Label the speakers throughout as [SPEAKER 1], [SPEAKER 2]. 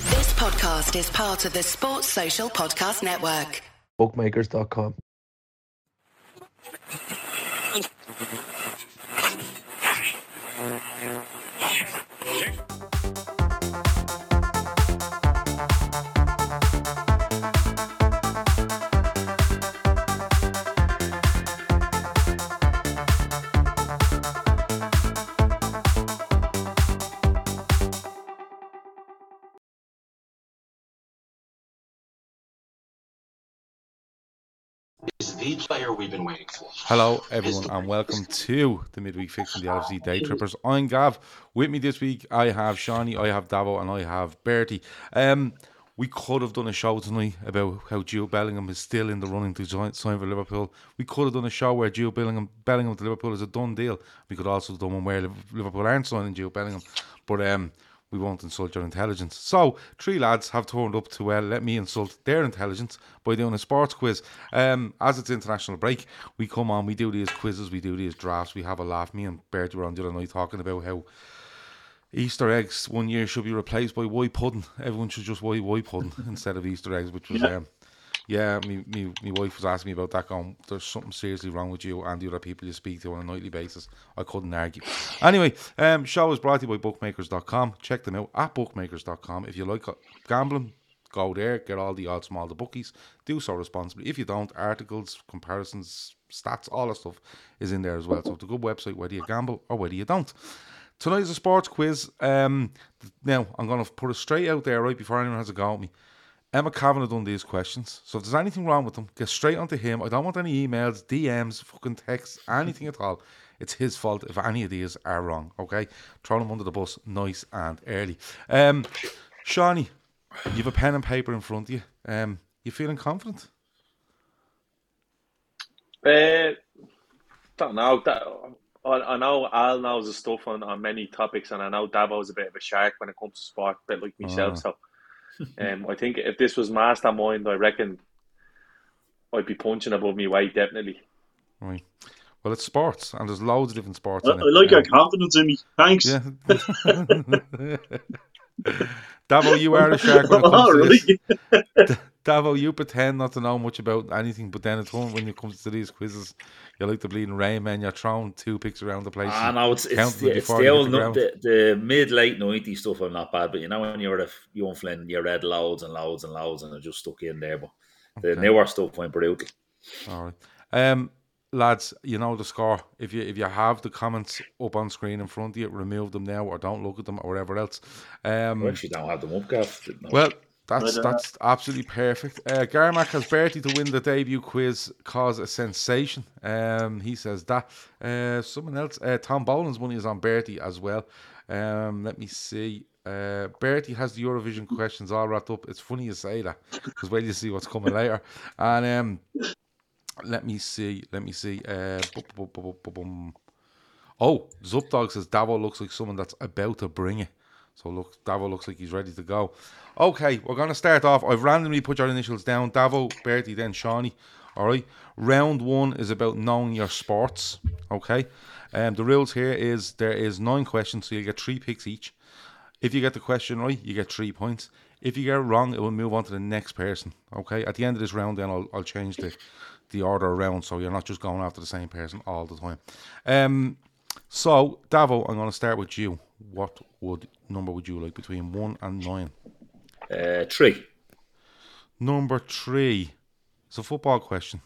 [SPEAKER 1] podcast is part of the Sports Social Podcast Network.
[SPEAKER 2] bookmakers.com.
[SPEAKER 3] is the player we've been waiting for.
[SPEAKER 4] Hello, everyone, and welcome to the midweek fix from the LFC Day Trippers. I'm Gav. With me this week, I have Shawnee, I have Davo, and I have Bertie. Um, we could have done a show tonight about how Gio Bellingham is still in the running to join, sign for Liverpool. We could have done a show where Gio Bellingham, Bellingham to Liverpool is a done deal. We could also have done one where Liv- Liverpool aren't signing Gio Bellingham, but um, we won't insult your intelligence. So, three lads have turned up to uh, let me insult their intelligence by doing a sports quiz. Um, as it's international break, we come on, we do these quizzes, we do these drafts, we have a laugh. Me and Bertie were on the other night talking about how Easter eggs one year should be replaced by why pudding. Everyone should just why why pudding instead of Easter eggs, which was um, yeah. Me, me, me wife was asking me about that. Going, there's something seriously wrong with you and the other people you speak to on a nightly basis. I couldn't argue. Anyway, um, show is brought to you by bookmakers.com. Check them out at bookmakers.com if you like gambling. Go there, get all the odds from all the bookies. Do so responsibly. If you don't, articles, comparisons, stats, all that stuff is in there as well. So it's a good website whether you gamble or whether you don't. Tonight's a sports quiz. Um, th- now I'm going to put it straight out there right before anyone has a go at me. Emma Kavanagh done these questions, so if there's anything wrong with them, get straight onto him. I don't want any emails, DMs, fucking texts, anything at all. It's his fault if any of these are wrong. Okay, throw them under the bus, nice and early. Um, Shawnee, you've a pen and paper in front of you. Um, you feeling confident?
[SPEAKER 5] Uh, don't know. That, I, I know Al knows the stuff on, on many topics, and I know Davo's a bit of a shark when it comes to sport, a bit like myself. So, um, I think if this was mastermind, I reckon I'd be punching above my weight definitely.
[SPEAKER 4] Right. Well, it's sports, and there's loads of different sports.
[SPEAKER 6] I,
[SPEAKER 4] in it.
[SPEAKER 6] I like
[SPEAKER 4] Um,
[SPEAKER 6] your confidence in me. Thanks.
[SPEAKER 4] Yeah. Davo, you are a shark when it comes
[SPEAKER 6] All
[SPEAKER 4] to
[SPEAKER 6] right.
[SPEAKER 4] this. Davo, you pretend not to know much about anything, but then at home when it comes to these quizzes, you're like the bleeding rain man. You're throwing two picks around the place.
[SPEAKER 7] I know Ah, it's it's,
[SPEAKER 4] Counting them
[SPEAKER 7] the, it's
[SPEAKER 4] before
[SPEAKER 7] the
[SPEAKER 4] you hit
[SPEAKER 7] old
[SPEAKER 4] the
[SPEAKER 7] nu- the, the mid late nineties stuff. I'm not bad, but you know when you were a f- young flynn, you read loads and loads and loads, and I just stuck in there. But the
[SPEAKER 4] Okay.
[SPEAKER 7] newer stuff went brutal.
[SPEAKER 4] All right, um, lads, you know the score. If you if you have the comments up on screen in front of you, remove them now, or don't look at them, or whatever else. Um,
[SPEAKER 7] I actually don't have them up, Gav. didn't I?
[SPEAKER 4] Well, that's
[SPEAKER 6] don't know.
[SPEAKER 4] that's absolutely perfect. Uh, Garmack has Bertie to win the debut quiz, cause a sensation. Um, he says that. Uh, someone else, uh, Tom Boland's money is on Bertie as well. Um, let me see. Uh, Bertie has the Eurovision questions all wrapped up. It's funny you say that because well, you see what's coming later. And um, let me see. Let me see. Uh, bu- bu- bu- bu- bu- bum. Oh, Zupdog says Davo looks like someone that's about to bring it. So look, Davo looks like he's ready to go. Okay, we're gonna start off. I've randomly put your initials down: Davo, Bertie, then Shawnee. All right. Round one is about knowing your sports. Okay. Um, the rules here is there is nine questions, so you get three picks each. If you get the question right, you get three points. If you get it wrong, it will move on to the next person. Okay. At the end of this round, then I'll, I'll change the the order around, so you're not just going after the same person all the time. Um. So Davo, I'm going to start with you. What would number would you like between one and nine?
[SPEAKER 7] uh, three.
[SPEAKER 4] Number three. It's a football question.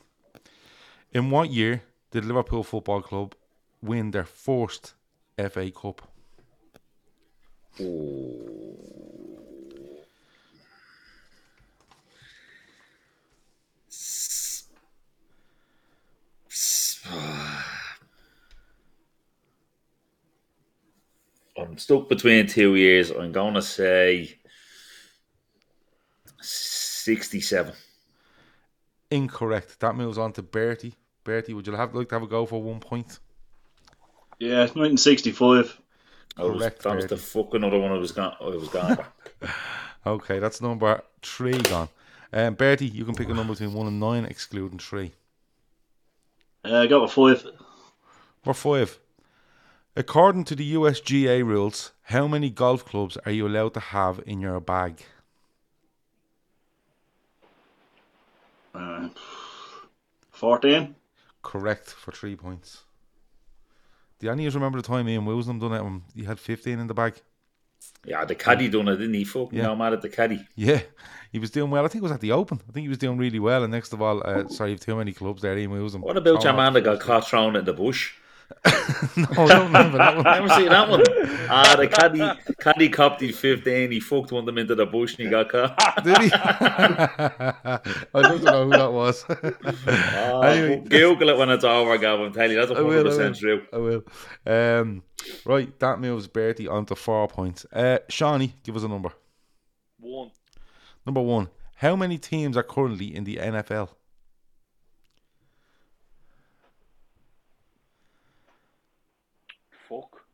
[SPEAKER 4] In what year did Liverpool Football Club win their first FA Cup?
[SPEAKER 7] I'm stuck between two years. I'm gonna say sixty-seven.
[SPEAKER 4] Incorrect. That moves on to Bertie. Bertie, would you have like to have a go for one point?
[SPEAKER 6] Yeah, it's 1965.
[SPEAKER 7] I was,
[SPEAKER 4] Correct,
[SPEAKER 7] that was the
[SPEAKER 4] Bertie.
[SPEAKER 7] fucking other one I was going. I was going.
[SPEAKER 4] Okay, that's number three gone. Um, Bertie, you can pick a number between one and nine, excluding three.
[SPEAKER 6] Uh, I got a five.
[SPEAKER 4] Number five. According to the USGA rules, how many golf clubs are you allowed to have in your bag?
[SPEAKER 6] Uh, 14.
[SPEAKER 4] Correct for three points. The Anniers remember the time Ian Wilson done it. Um, he had 15 in the bag.
[SPEAKER 7] Yeah, the caddy done it, didn't he? Fucking
[SPEAKER 4] Yeah.
[SPEAKER 7] no, I'm mad at the caddy.
[SPEAKER 4] Yeah, he was doing well. I think it was at the Open. I think he was doing really well. And next of all, uh, sorry, you've too many clubs there. Ian Wilson.
[SPEAKER 7] What about your
[SPEAKER 4] Oh,
[SPEAKER 7] man that got caught thrown in the bush?
[SPEAKER 4] no, Oh, I don't remember that one.
[SPEAKER 7] Never seen that one. Ah, the caddy, caddy copped his 15. He fucked one of them into the bush and he got caught.
[SPEAKER 4] Did he? I don't know who that was.
[SPEAKER 7] Oh,
[SPEAKER 4] Anyway,
[SPEAKER 7] Google it when it's over, Gav. I'm telling you, that's
[SPEAKER 4] I will, I
[SPEAKER 7] 100% true.
[SPEAKER 4] will. I will. Um, right, that moves Bertie on to four points. Uh, Shawnee, give us a number.
[SPEAKER 5] One.
[SPEAKER 4] Number one, how many teams are currently in the NFL?
[SPEAKER 5] Fuck.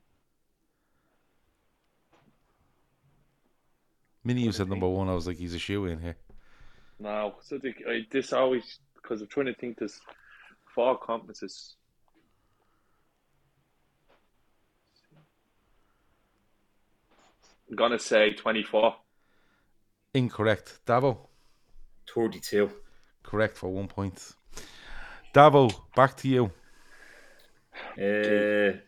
[SPEAKER 4] Mini, you said number one. I was like, he's a shoe in here.
[SPEAKER 5] No. So the, I, this always because I'm trying to think this four conferences. I'm gonna say twenty-four.
[SPEAKER 4] Incorrect. Davo,
[SPEAKER 7] 32.
[SPEAKER 4] correct for one point. Davo, back to you.
[SPEAKER 7] Uh,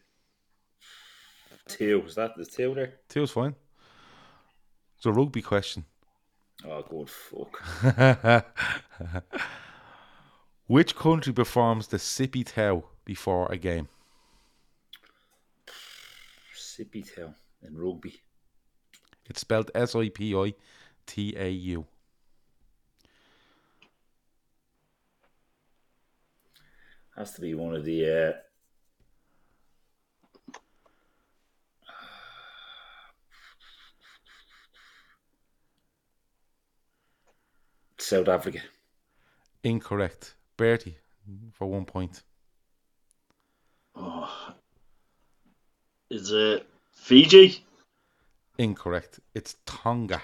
[SPEAKER 7] two. Is that the two there?
[SPEAKER 4] Two's fine. It's a rugby question.
[SPEAKER 7] Oh, good fuck.
[SPEAKER 4] Which country performs the sippy tow before a game?
[SPEAKER 7] Sippy tail in rugby.
[SPEAKER 4] It's spelled S I P I T A U.
[SPEAKER 7] Has to be one of the. Uh, South Africa.
[SPEAKER 4] Incorrect. Bertie for one point.
[SPEAKER 6] Oh. Is it Fiji?
[SPEAKER 4] Incorrect. It's Tonga.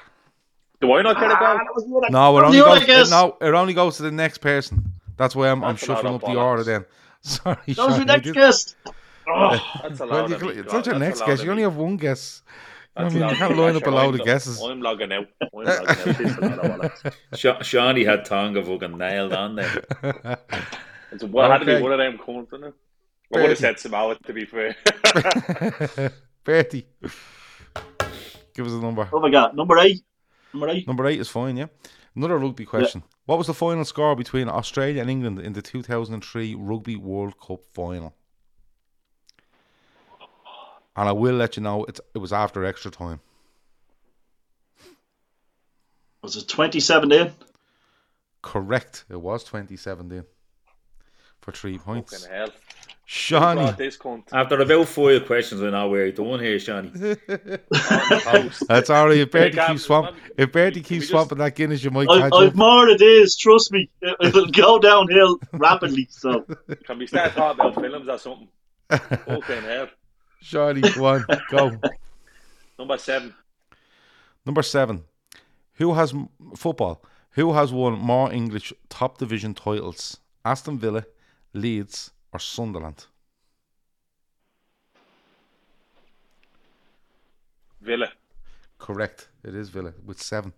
[SPEAKER 5] Do I not get
[SPEAKER 6] Ah,
[SPEAKER 5] a ball?
[SPEAKER 4] No, it only
[SPEAKER 6] You
[SPEAKER 4] goes.
[SPEAKER 6] guess.
[SPEAKER 4] No, it only goes to the next person. That's why I'm, I'm
[SPEAKER 5] That's a lot
[SPEAKER 4] shuffling up
[SPEAKER 5] of
[SPEAKER 4] the order.
[SPEAKER 5] bollocks.
[SPEAKER 4] Then, sorry.
[SPEAKER 6] That was
[SPEAKER 4] Sean,
[SPEAKER 6] your
[SPEAKER 4] you
[SPEAKER 6] next
[SPEAKER 4] did-
[SPEAKER 6] guess. Oh,
[SPEAKER 5] That's a
[SPEAKER 4] Well,
[SPEAKER 5] lot.
[SPEAKER 4] you,
[SPEAKER 5] of me,
[SPEAKER 4] cl- it's not
[SPEAKER 5] God,
[SPEAKER 4] your
[SPEAKER 5] that's a
[SPEAKER 4] next
[SPEAKER 5] lot
[SPEAKER 4] guess.
[SPEAKER 5] of
[SPEAKER 4] You
[SPEAKER 5] me.
[SPEAKER 4] only have one guess. You know
[SPEAKER 5] That's
[SPEAKER 4] what I mean,
[SPEAKER 5] allowed
[SPEAKER 4] you
[SPEAKER 5] to
[SPEAKER 4] can't line up
[SPEAKER 5] be.
[SPEAKER 4] a
[SPEAKER 5] Sure,
[SPEAKER 4] load
[SPEAKER 5] I'm
[SPEAKER 4] of
[SPEAKER 5] lo-
[SPEAKER 4] guesses.
[SPEAKER 5] I'm logging out. I'm logging out. This is a lot of bollocks.
[SPEAKER 7] Sha- Shawnee had Tonga fucking nailed on there.
[SPEAKER 5] It's well, had to
[SPEAKER 4] Okay.
[SPEAKER 5] be one of them coming from them. I
[SPEAKER 4] Fair.
[SPEAKER 5] would have said Samoa to be fair.
[SPEAKER 4] Bertie, give us a number.
[SPEAKER 6] what have I got? Number eight. Number eight.
[SPEAKER 4] Number eight is fine. Yeah. Another rugby question. What was the final score between Australia and England in the 2003 Rugby World Cup final? And I will let you know it's, it was after extra time.
[SPEAKER 6] Was it 27 then?
[SPEAKER 4] Correct. It was 2017 for three points.
[SPEAKER 5] Fucking hell.
[SPEAKER 4] Shawnee.
[SPEAKER 5] Brought this cunt
[SPEAKER 7] After about five questions, I know where you're doing here, Shawnee.
[SPEAKER 5] on the post.
[SPEAKER 4] That's all right. If Bertie
[SPEAKER 5] Gav,
[SPEAKER 4] keeps swamping,
[SPEAKER 5] let me-
[SPEAKER 4] if Bertie
[SPEAKER 5] can we
[SPEAKER 4] keeps
[SPEAKER 5] just- Oh,
[SPEAKER 4] swamping that Guinness, you might
[SPEAKER 6] I,
[SPEAKER 4] catch
[SPEAKER 6] I've
[SPEAKER 4] up.
[SPEAKER 6] more it is, trust me. It- It'll go downhill rapidly. So,
[SPEAKER 5] Can we start talking about films or something? Fucking hell.
[SPEAKER 4] Shawnee, go on, go.
[SPEAKER 5] Number seven.
[SPEAKER 4] Number seven. Who has m- football? Who has won more English top division titles? Aston Villa, Leeds, or Sunderland?
[SPEAKER 5] Villa.
[SPEAKER 4] Correct. It is Villa with seven.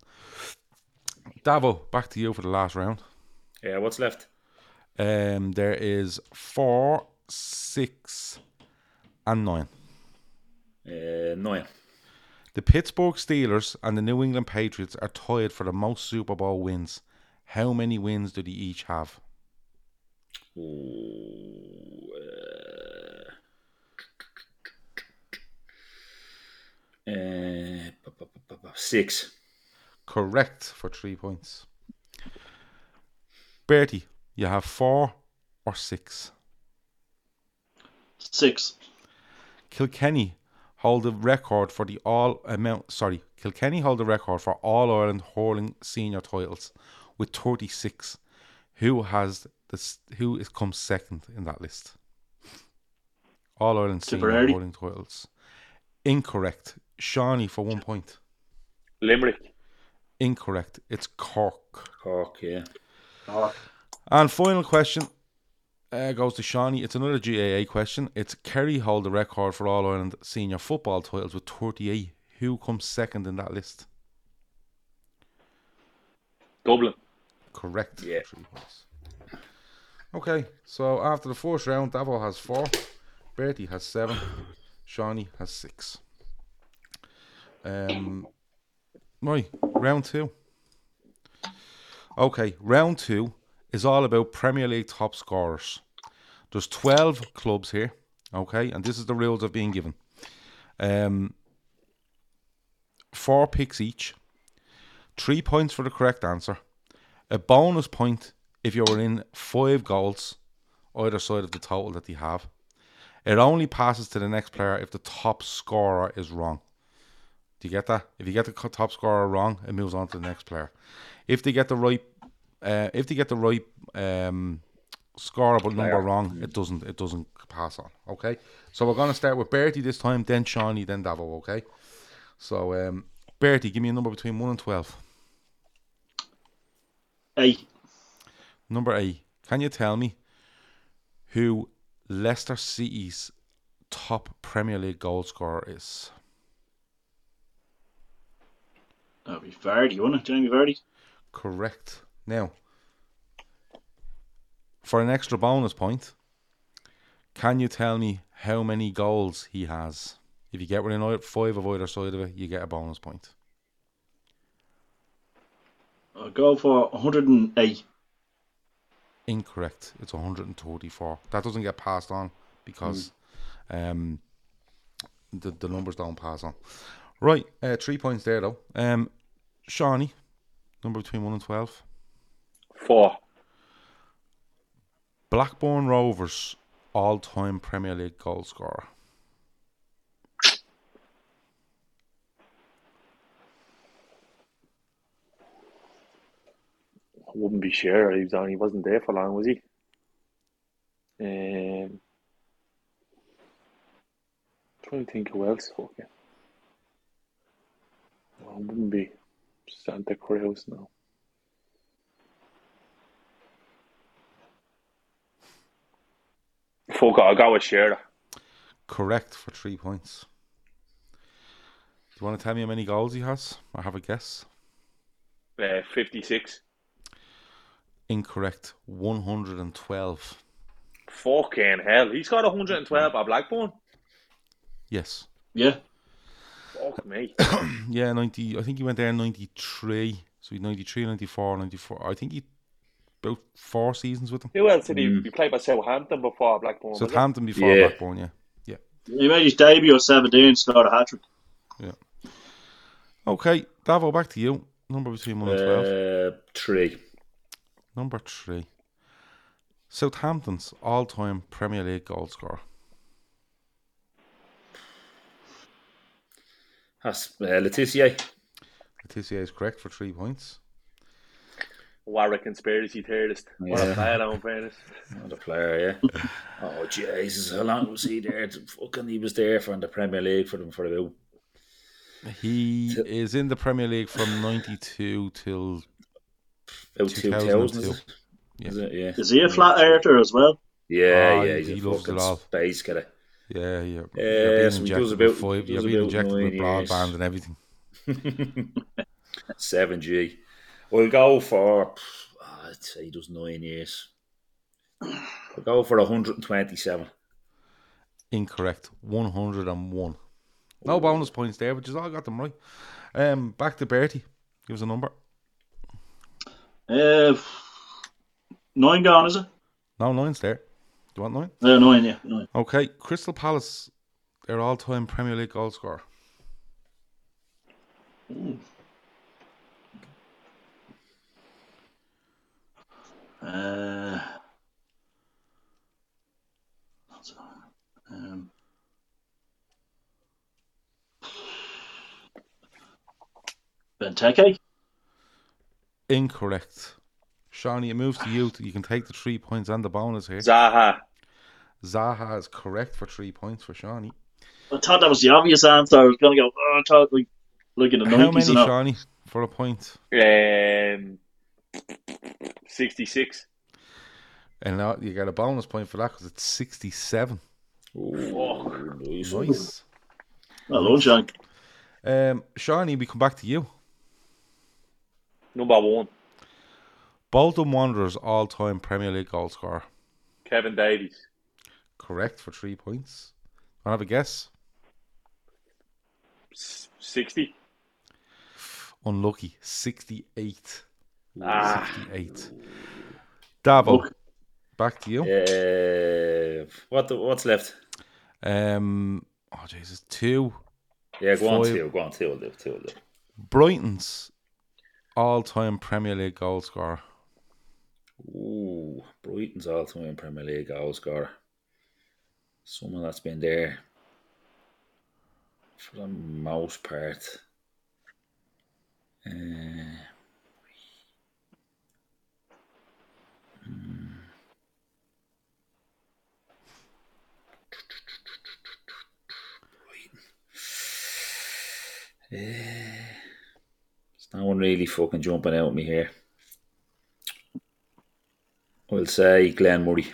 [SPEAKER 4] Davo, back to you for the last round.
[SPEAKER 7] Yeah, what's left?
[SPEAKER 4] Um, there is four, six, and nine.
[SPEAKER 7] Uh, nine.
[SPEAKER 4] The Pittsburgh Steelers and the New England Patriots are tied for the most Super Bowl wins. How many wins do they each have?
[SPEAKER 7] Ooh, uh, uh, bu- bu- bu- bu- bu- six.
[SPEAKER 4] Correct for three points. Bertie, you have four or six.
[SPEAKER 6] six.
[SPEAKER 4] Kilkenny hold the record for the all amount. Sorry, Kilkenny hold the record for all Ireland hurling senior titles with thirty six. Who has this? Who is comes second in that list? All Ireland senior
[SPEAKER 6] Tipperary.
[SPEAKER 4] hurling titles. Incorrect. Shawnee for one point.
[SPEAKER 5] Limerick.
[SPEAKER 4] Incorrect. It's Cork.
[SPEAKER 7] Cork, yeah.
[SPEAKER 4] And final question uh, goes to Shawnee. It's another GAA question. It's Kerry hold the record for All Ireland senior football titles with 38. Who comes second in that list?
[SPEAKER 5] Dublin.
[SPEAKER 4] Correct.
[SPEAKER 7] Yeah.
[SPEAKER 4] Three points. Okay, so after the first round, Davo has four, Bertie has seven, Shawnee has six. Um, right, round two. Okay, round two is all about Premier League top scorers. There's 12 clubs here, okay, and this is the rules I've been given. Um, four picks each, three points for the correct answer, a bonus point if you were in five goals either side of the total that they have. It only passes to the next player if the top scorer is wrong. Do you get that? If you get the co- top scorer wrong, it moves on to the next player. If they get the right, uh, if they get the right um, scorer but number wrong, it doesn't it doesn't pass on. Okay, so we're gonna start with Bertie this time, then Shawnee, then Davo. Okay, so um, Bertie, give me a number between one and twelve.
[SPEAKER 6] Eight.
[SPEAKER 4] Number eight, can you tell me who Leicester City's top Premier League goal scorer is?
[SPEAKER 6] That'd be Vardy, wouldn't it? Jamie Vardy.
[SPEAKER 4] Correct. Now, for an extra bonus point, can you tell me how many goals he has? If you get within ei- five of either side of it, you get a bonus point.
[SPEAKER 6] I'll go for 108.
[SPEAKER 4] Incorrect. It's 134. That doesn't get passed on because um, the, the numbers don't pass on. Right, uh, three points there though. Um, Shawnee, number between 1 and 12.
[SPEAKER 5] Four.
[SPEAKER 4] Blackburn Rovers, all time Premier League goal scorer.
[SPEAKER 5] I wouldn't be sure. He was on. He wasn't there for long, was he? Um, trying to think who else. Okay. No, it wouldn't be Santa Cruz now. Fuck, I got with Shearer.
[SPEAKER 4] Correct for three points. Do you want to tell me how many goals he has? I have a guess.
[SPEAKER 5] Uh, 56.
[SPEAKER 4] Incorrect. 112.
[SPEAKER 5] Fucking hell. He's got 112 at Blackburn.
[SPEAKER 4] Yes.
[SPEAKER 6] Yeah.
[SPEAKER 5] Fuck me.
[SPEAKER 4] Yeah, 90. I think he went there in 93. So he 93, 94, 94. I think he about four seasons with them.
[SPEAKER 5] Who else did he, he play by Mm. Southampton before Blackburn? was it?
[SPEAKER 4] Southampton before
[SPEAKER 7] Oh, Yeah.
[SPEAKER 4] Blackburn, yeah.
[SPEAKER 6] He made his debut at 17, scored a hat trick.
[SPEAKER 4] Okay, Davo, back to you. Number between 1 and 12.
[SPEAKER 7] Uh, three.
[SPEAKER 4] Number three. Southampton's all time Premier League goal scorer.
[SPEAKER 7] That's uh, Letitia.
[SPEAKER 4] Letitia is correct for three points.
[SPEAKER 5] Warwick conspiracy theorist. What
[SPEAKER 7] Yeah.
[SPEAKER 5] a player, though, in fairness.
[SPEAKER 7] Not a player, yeah. oh Jesus, how long was he there? Fucking, he was there for in the Premier League for them for about
[SPEAKER 4] He is in the Premier League from 92 till
[SPEAKER 7] about two thousand. Is
[SPEAKER 4] 2002.
[SPEAKER 7] it? Is it? Yeah,
[SPEAKER 6] Is he a flat earther as well?
[SPEAKER 7] yeah,
[SPEAKER 4] Oh,
[SPEAKER 7] yeah.
[SPEAKER 4] Ah, he-
[SPEAKER 7] He's
[SPEAKER 4] he
[SPEAKER 7] a
[SPEAKER 4] loves it
[SPEAKER 7] fucking
[SPEAKER 4] all.
[SPEAKER 7] space killer.
[SPEAKER 4] yeah, yeah. You're
[SPEAKER 7] Yeah,
[SPEAKER 4] being
[SPEAKER 7] so he
[SPEAKER 4] injected
[SPEAKER 7] does
[SPEAKER 4] with
[SPEAKER 7] about-
[SPEAKER 4] five-
[SPEAKER 7] he
[SPEAKER 4] you're
[SPEAKER 7] does
[SPEAKER 4] being
[SPEAKER 7] about
[SPEAKER 4] injected with
[SPEAKER 7] nine years.
[SPEAKER 4] broadband and everything.
[SPEAKER 7] Seven G. We'll go for. ah, I'd say he does nine years. We'll go for hundred and twenty-seven.
[SPEAKER 4] Incorrect. 101. No bonus points there, which is all got them right. Um, back to Bertie. Give us a number.
[SPEAKER 6] Uh, nine gone, is it?
[SPEAKER 4] No, nine's there. Do you want nine?
[SPEAKER 6] No, Uh, nine, yeah. Nine.
[SPEAKER 4] Okay, Crystal Palace, their all time Premier League goal scorer.
[SPEAKER 6] Uh, that's all right. um, Benteke?
[SPEAKER 4] Incorrect. Shawnee, it moves to you. You can take the three points and the bonus here.
[SPEAKER 5] Zaha.
[SPEAKER 4] Zaha is correct for three points for Shawnee.
[SPEAKER 6] I thought that was the obvious answer. I was going to go, oh, I thought, like, looking at the
[SPEAKER 4] How many,
[SPEAKER 6] monkeys and all.
[SPEAKER 4] Shawnee, for a point?
[SPEAKER 5] Um, 66.
[SPEAKER 4] And now you get a bonus point for that because it's 67.
[SPEAKER 7] Ooh, nice.
[SPEAKER 4] Nice.
[SPEAKER 6] Hello, John.
[SPEAKER 4] Um, Shawnee, we come back to you.
[SPEAKER 5] Number one.
[SPEAKER 4] Bolton Wanderers all time Premier League goal scorer.
[SPEAKER 5] Kevin Davies.
[SPEAKER 4] Correct for three points. I have a guess.
[SPEAKER 5] S- 60.
[SPEAKER 4] Unlucky. 68.
[SPEAKER 5] Ah,
[SPEAKER 4] 68. Davo, back to you.
[SPEAKER 7] Uh, what the, what's left?
[SPEAKER 4] Um, oh, Jesus. Two.
[SPEAKER 7] Yeah, go on
[SPEAKER 4] Five.
[SPEAKER 7] two, go on two, will do, two, will do.
[SPEAKER 4] Brighton's all time Premier League goal scorer.
[SPEAKER 7] Ooh, Brighton's all-time Premier League goal scorer. Someone that's been there for the most part. Uh, hmm. Eh, There's no one really fucking jumping out at me here. I'll say Glenn Murray.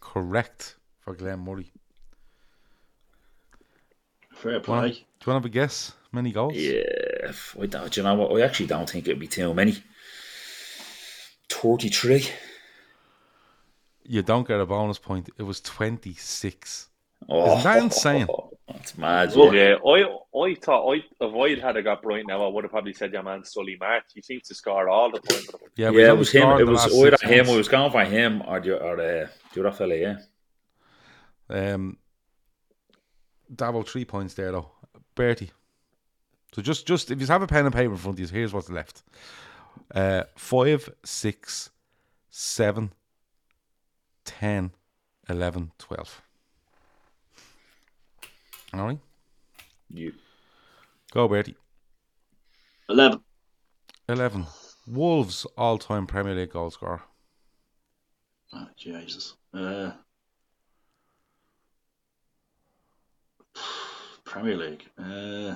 [SPEAKER 4] Correct for Glenn Murray.
[SPEAKER 6] Fair
[SPEAKER 4] Do you, wanna,
[SPEAKER 6] play.
[SPEAKER 4] do you wanna have a guess? Many goals?
[SPEAKER 7] Yeah, I don't, do you know what? I actually don't think it'd be too many. 33.
[SPEAKER 4] You don't get a bonus point. It was 26.
[SPEAKER 7] Oh,
[SPEAKER 4] Isn't that insane?
[SPEAKER 7] That's mad.
[SPEAKER 5] oh,
[SPEAKER 7] yeah.
[SPEAKER 5] yeah. I, I thought I, if I'd had a got Brighton now, I would have probably said your man Sully March. He seems to score all the time. for them.
[SPEAKER 4] Yeah, but
[SPEAKER 7] Yeah,
[SPEAKER 4] he's
[SPEAKER 7] it
[SPEAKER 4] only
[SPEAKER 7] was him.
[SPEAKER 4] scored in the last
[SPEAKER 7] It was either
[SPEAKER 4] six
[SPEAKER 7] him. It
[SPEAKER 4] months.
[SPEAKER 7] was going for him or the, or the, the other fella, yeah.
[SPEAKER 4] Um, Davo three points there though. Bertie. So just just if you have a pen and paper in front of you, here's what's left. Uh, five, six, seven, ten, eleven, twelve. All right,
[SPEAKER 7] You,
[SPEAKER 4] go Bertie.
[SPEAKER 6] 11.
[SPEAKER 4] Eleven. Wolves all-time Premier League goal scorer.
[SPEAKER 6] Oh, Jesus. Uh, Premier League. Uh,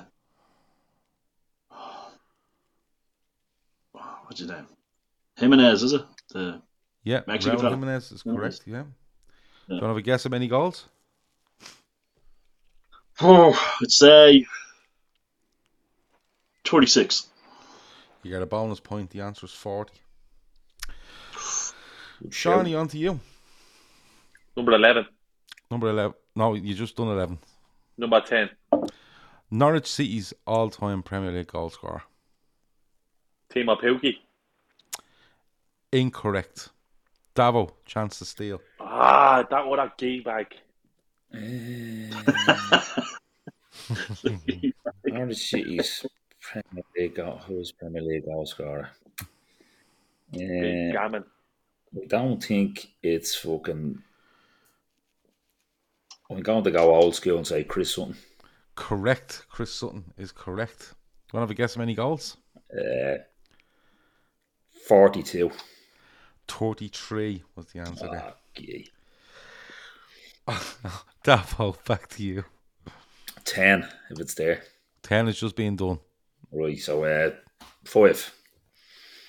[SPEAKER 6] oh, what's his name? Jimenez, is it? The,
[SPEAKER 4] Yeah,
[SPEAKER 6] Mexican
[SPEAKER 4] Raul
[SPEAKER 6] fella.
[SPEAKER 4] Jimenez is
[SPEAKER 6] Jimenez.
[SPEAKER 4] correct. Yeah. Don't have a guess at many goals.
[SPEAKER 6] oh, I'd say 26.
[SPEAKER 4] You get a bonus point. The answer is forty. Shawnee, on to you.
[SPEAKER 5] Number 11.
[SPEAKER 4] Number 11. No, you just done 11.
[SPEAKER 5] Number 10.
[SPEAKER 4] Norwich City's all time Premier League goal scorer.
[SPEAKER 5] Timo Pukki.
[SPEAKER 4] Incorrect. Davo, chance to steal.
[SPEAKER 5] Ah, that what a gay bag.
[SPEAKER 7] Norwich City's Premier League goal, who's Premier League goal scorer?
[SPEAKER 5] Big
[SPEAKER 7] Yeah,
[SPEAKER 5] gammon.
[SPEAKER 7] I don't think it's fucking. I'm going to go old school and say Chris something.
[SPEAKER 4] Correct. Chris Sutton is correct. Do you want to have a guess how many goals?
[SPEAKER 7] Uh, 42.
[SPEAKER 4] 33 was the answer there.
[SPEAKER 7] Ah, gee.
[SPEAKER 4] Davo, back to you.
[SPEAKER 7] 10, if it's there.
[SPEAKER 4] 10 is just being done.
[SPEAKER 7] Right, so uh, 5.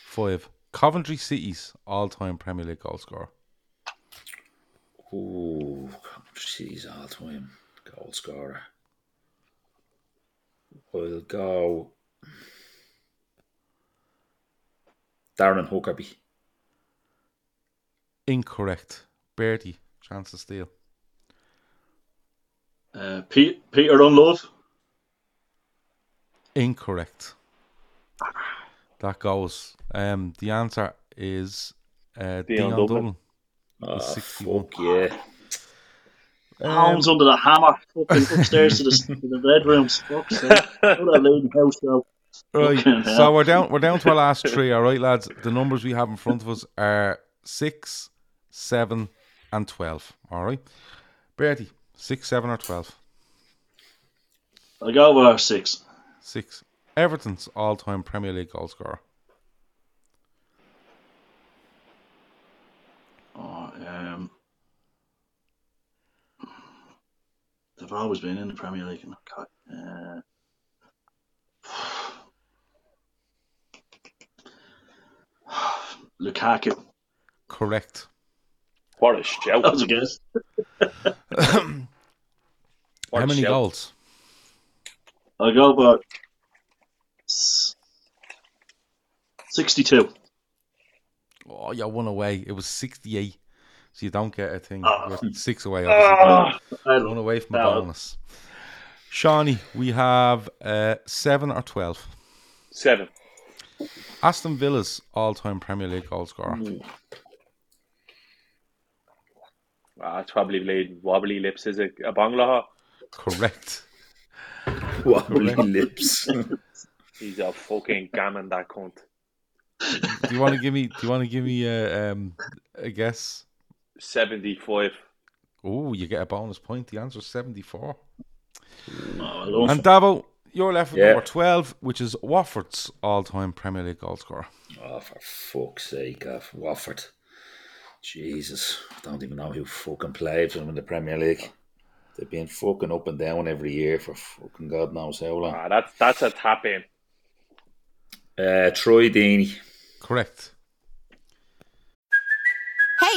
[SPEAKER 4] 5. Coventry City's all time Premier League goal scorer.
[SPEAKER 7] Ooh, jeez, all time goal scorer. We'll go. Darren Huckabee.
[SPEAKER 4] Incorrect. Bertie, chance to steal.
[SPEAKER 6] Uh, Pete, Peter Unlove.
[SPEAKER 4] Incorrect. That goes. Um, the answer is uh, Dion,
[SPEAKER 5] Dublin.
[SPEAKER 4] Dublin.
[SPEAKER 7] Ah,
[SPEAKER 4] 61.
[SPEAKER 7] fuck yeah.
[SPEAKER 4] Um,
[SPEAKER 6] Hounds under the hammer. Fucking upstairs to the, to the bedrooms. Fuck's sake. What a leading house, though.
[SPEAKER 4] Right.
[SPEAKER 6] Fucking
[SPEAKER 4] So
[SPEAKER 6] hell.
[SPEAKER 4] we're down. We're down to our last three. All right, lads. The numbers we have in front of us are six, seven, and twelve. All right, Bertie, six, seven, or twelve.
[SPEAKER 6] I go over six.
[SPEAKER 4] Six. Everton's all-time Premier League goal scorer.
[SPEAKER 6] Oh, um, they've always been in the Premier League. and I can't- Uh, Lukaku.
[SPEAKER 4] Correct.
[SPEAKER 5] What a shout.
[SPEAKER 6] That was a guess.
[SPEAKER 4] How
[SPEAKER 5] What a
[SPEAKER 4] many
[SPEAKER 5] shout.
[SPEAKER 4] goals?
[SPEAKER 6] I go about s- sixty-two.
[SPEAKER 4] Oh, oh, you're one away. It was 68. So you don't get a thing. You're six away,
[SPEAKER 6] Ah.
[SPEAKER 4] obviously. one away from a
[SPEAKER 6] that was-
[SPEAKER 4] bonus. Shawnee, we have uh, seven or 12.
[SPEAKER 5] Seven.
[SPEAKER 4] Aston Villa's all time Premier League goal scorer.
[SPEAKER 5] Ah, it's probably laid wobbly lips. Is it a Banglaha?
[SPEAKER 4] Correct.
[SPEAKER 7] Wobbly lips.
[SPEAKER 5] He's a fucking gammon, that cunt.
[SPEAKER 4] Do you want to give me? Do you want to give me a, um, a guess?
[SPEAKER 5] 75.
[SPEAKER 4] Oh, you get a bonus point. The answer is seventy-four.
[SPEAKER 6] No, I love
[SPEAKER 4] And Davo, you're left with
[SPEAKER 7] Yeah.
[SPEAKER 4] number twelve, which is Watford's all-time Premier League goal scorer.
[SPEAKER 7] oh, for fuck's sake, uh, Wofford. Jesus, I don't even know who fucking played for them in the Premier League. They've been fucking up and down every year for fucking God knows how long.
[SPEAKER 5] Ah, that's that's a tap in.
[SPEAKER 7] Uh, Troy Deeney.
[SPEAKER 4] Correct.
[SPEAKER 2] Hey,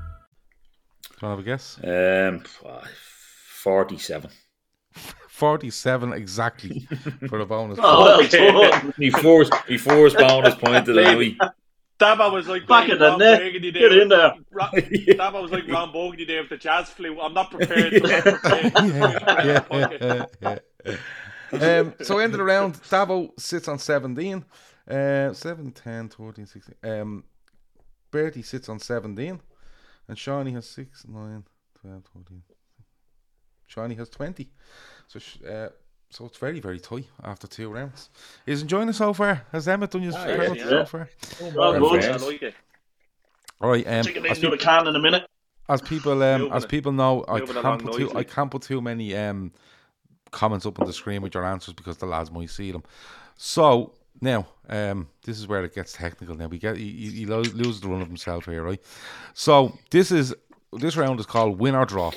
[SPEAKER 4] Do you want to have a guess?
[SPEAKER 7] Um, ah, 47.
[SPEAKER 4] Forty-seven exactly for the bonus.
[SPEAKER 6] Oh,
[SPEAKER 4] point.
[SPEAKER 6] well done.
[SPEAKER 7] Before, before his bonus point to the
[SPEAKER 5] Dava was like
[SPEAKER 6] Back in the
[SPEAKER 5] Ron
[SPEAKER 6] net.
[SPEAKER 5] Burgundy
[SPEAKER 6] Get in there.
[SPEAKER 5] Ra- Dava was like Ron Burgundy there with the jazz flute. I'm not prepared. I'm not prepared.
[SPEAKER 4] yeah, yeah, yeah, yeah. Um, so end of the round, Davo sits on 17. Uh, 7, 10, 14, 16. Um, Bertie sits on 17. And Shawnee has 6, 9, 12, 14. Shawnee has 20. So sh- uh, so it's very, very tight after two rounds. He's enjoying it so far. Has Emmett done his
[SPEAKER 7] Ah,
[SPEAKER 4] rounds
[SPEAKER 7] yeah.
[SPEAKER 4] so far?
[SPEAKER 6] it. Well
[SPEAKER 7] Well
[SPEAKER 5] I
[SPEAKER 6] done.
[SPEAKER 7] done.
[SPEAKER 5] like it.
[SPEAKER 4] All right. Um,
[SPEAKER 6] Take it
[SPEAKER 4] as
[SPEAKER 6] into
[SPEAKER 4] peop-
[SPEAKER 6] the can in a minute.
[SPEAKER 4] as people um,
[SPEAKER 5] Moving
[SPEAKER 4] as
[SPEAKER 5] it-
[SPEAKER 4] people know, I
[SPEAKER 5] moving
[SPEAKER 4] can't
[SPEAKER 5] along
[SPEAKER 4] put too I
[SPEAKER 5] nicely.
[SPEAKER 4] can't put too many um, comments up on the screen with your answers because the lads might see them. So now um, this is where it gets technical. Now we get he, he he lo- loses the run of himself here, right? So this is this round is called win or draw.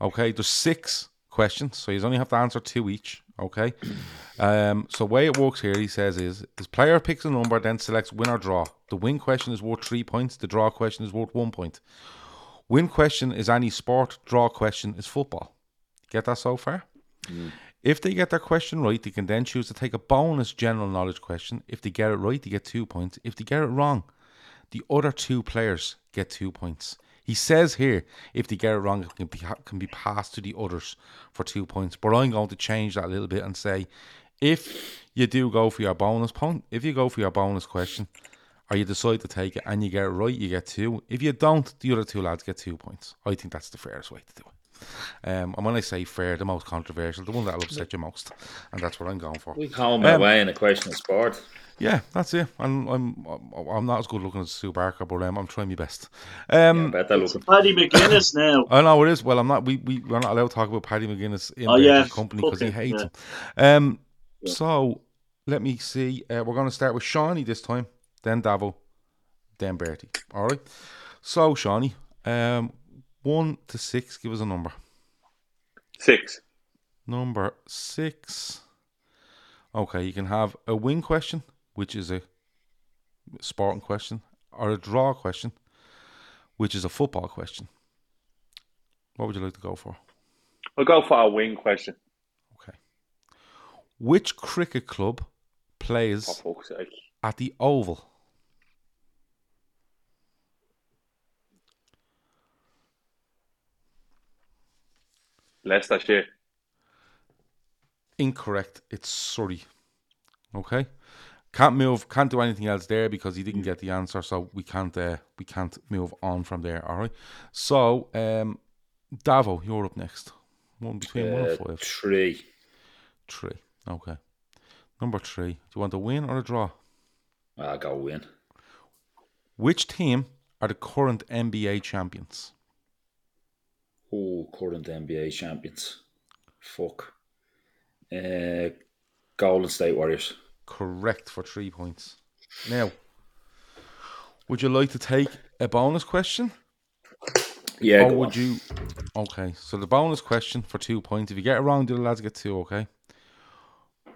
[SPEAKER 4] Okay, there's six questions, so you only have to answer two each. Okay, um, so way it works here, he says is his player picks a number, then selects win or draw. The win question is worth three points. The draw question is worth one point. Win question is any sport, draw question is football. Get that so far? If they get their question right, they can then choose to take a bonus general knowledge question. If they get it right, they get two points. If they get it wrong, the other two players get two points. He says here, if they get it wrong, it can be, can be passed to the others for two points. But I'm going to change that a little bit and say, if you do go for your bonus point, if you go for your bonus question, or you decide to take it and you get it right, you get two. If you don't, the other two lads get two points. I think that's the fairest way to do it. Um, and when I say fair, the most controversial, the one that'll upset you most, and that's what I'm going for.
[SPEAKER 7] We call him
[SPEAKER 4] Um,
[SPEAKER 7] away in a question of sport.
[SPEAKER 4] Yeah, that's it. And I'm I'm, I'm not as good looking as Sue Barker, but um, I'm trying my best. Um,
[SPEAKER 7] Better looking.
[SPEAKER 6] Paddy McGuinness now.
[SPEAKER 4] I know it is. Well, I'm not. We we we're not allowed to talk about Paddy McGuinness in
[SPEAKER 6] Oh,
[SPEAKER 4] the
[SPEAKER 6] yeah.
[SPEAKER 4] company because he
[SPEAKER 6] Okay,
[SPEAKER 4] hates
[SPEAKER 6] yeah.
[SPEAKER 4] him. Um, so let me see. Uh, we're going to start with Shawnee this time, then Davo, then Bertie. All right. So Shawnee, um, one to six, give us a number.
[SPEAKER 5] Six.
[SPEAKER 4] Number six. Okay, you can have a win question, which is a sporting question, or a draw question, which is a football question. What would you like to go for?
[SPEAKER 5] I'll go for a win question.
[SPEAKER 4] Okay. Which cricket club
[SPEAKER 5] For
[SPEAKER 4] plays
[SPEAKER 5] fuck's sake.
[SPEAKER 4] at the Oval?
[SPEAKER 5] Leicestershire.
[SPEAKER 4] Incorrect. It's Surrey. Okay. Can't move. Can't do anything else there because he didn't get the answer, so we can't. Uh, we can't move on from there. All right. So, um, Davo, you're up next. One between one
[SPEAKER 7] Uh,
[SPEAKER 4] and five.
[SPEAKER 7] three.
[SPEAKER 4] Three. Okay. Number three. Do you want a win or a draw?
[SPEAKER 7] I'll Ah, go win.
[SPEAKER 4] Which team are the current NBA champions?
[SPEAKER 7] Oh, current NBA champions. Fuck. Uh, Golden State Warriors.
[SPEAKER 4] Correct for three points. Now, would you like to take a bonus question
[SPEAKER 7] Yeah,
[SPEAKER 4] or
[SPEAKER 7] go
[SPEAKER 4] would
[SPEAKER 7] on.
[SPEAKER 4] you? Okay, so the bonus question for two points. If you get it wrong, the other lads get two. Okay.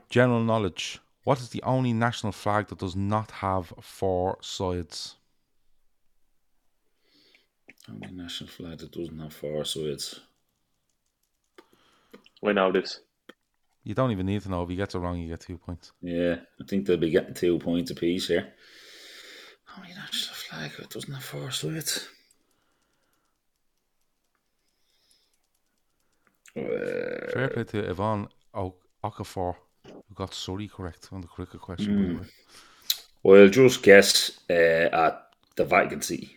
[SPEAKER 4] General knowledge. What is the only national flag that does not have four sides?
[SPEAKER 7] Only national flag that doesn't have four sides.
[SPEAKER 5] We know this.
[SPEAKER 4] You don't even need to know. If he gets it wrong, you get two points.
[SPEAKER 7] Yeah, I think they'll be getting two points apiece here. Only national flag that doesn't have four sides. Uh,
[SPEAKER 4] Fair play to Yvonne o- Okafor, who got Surrey correct on the cricket question. by
[SPEAKER 7] Hmm.
[SPEAKER 4] the way.
[SPEAKER 7] well, just guess uh, at the Vatican City.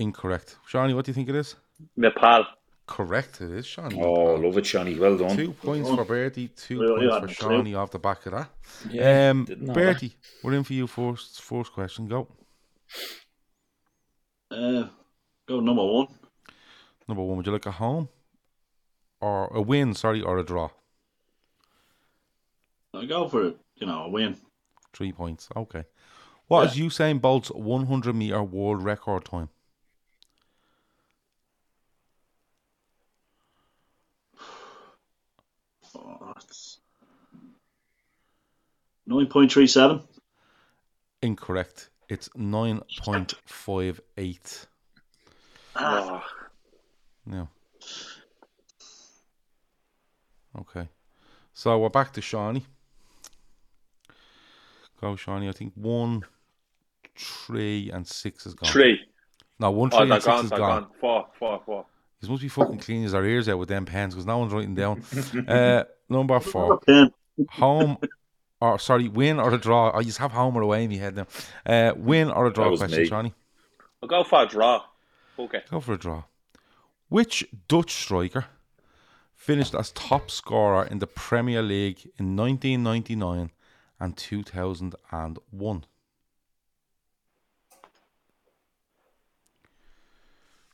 [SPEAKER 4] Incorrect. Shawnee, what do you think it is?
[SPEAKER 5] Nepal.
[SPEAKER 4] Correct, it is, Shawnee.
[SPEAKER 7] Oh, love it, Shawnee. Well done.
[SPEAKER 4] Two points for Bertie, two
[SPEAKER 6] Well, yeah,
[SPEAKER 4] points for
[SPEAKER 6] I know.
[SPEAKER 4] Shawnee off the back of that.
[SPEAKER 7] Yeah,
[SPEAKER 4] um,
[SPEAKER 7] didn't know that.
[SPEAKER 4] Bertie, we're in for you first, first question. Go.
[SPEAKER 6] Uh, go number one.
[SPEAKER 4] Number one, would you like a home? Or a win, sorry, or a draw?
[SPEAKER 6] I go for it. You know, a win.
[SPEAKER 4] Three points. Okay. What is Usain Bolt's 100 meter world record time?
[SPEAKER 6] Oh, that's- 9.37.
[SPEAKER 4] Incorrect. It's 9.58.
[SPEAKER 5] Oh,
[SPEAKER 6] Ah.
[SPEAKER 4] No. Okay. So we're back to Shawnee. Go, Shawnee. I think one, three, and six is gone.
[SPEAKER 5] three.
[SPEAKER 4] No, one, three,
[SPEAKER 5] Oh,
[SPEAKER 4] and
[SPEAKER 5] they're
[SPEAKER 4] six
[SPEAKER 5] gone.
[SPEAKER 4] is
[SPEAKER 5] They're
[SPEAKER 4] gone.
[SPEAKER 5] gone. Four, four, four.
[SPEAKER 4] These must be fucking cleaning their ears out with them pens because no one's writing down. uh, number four.
[SPEAKER 6] Pen.
[SPEAKER 4] Home. Or sorry, win or a draw. I just have home or away in my head now. Uh, win or a draw
[SPEAKER 7] was
[SPEAKER 4] question,
[SPEAKER 7] me.
[SPEAKER 4] Shawnee.
[SPEAKER 5] I'll go for a draw. Okay.
[SPEAKER 4] Go for a draw. Which Dutch striker finished as top scorer in the Premier League in 1999 and 2001?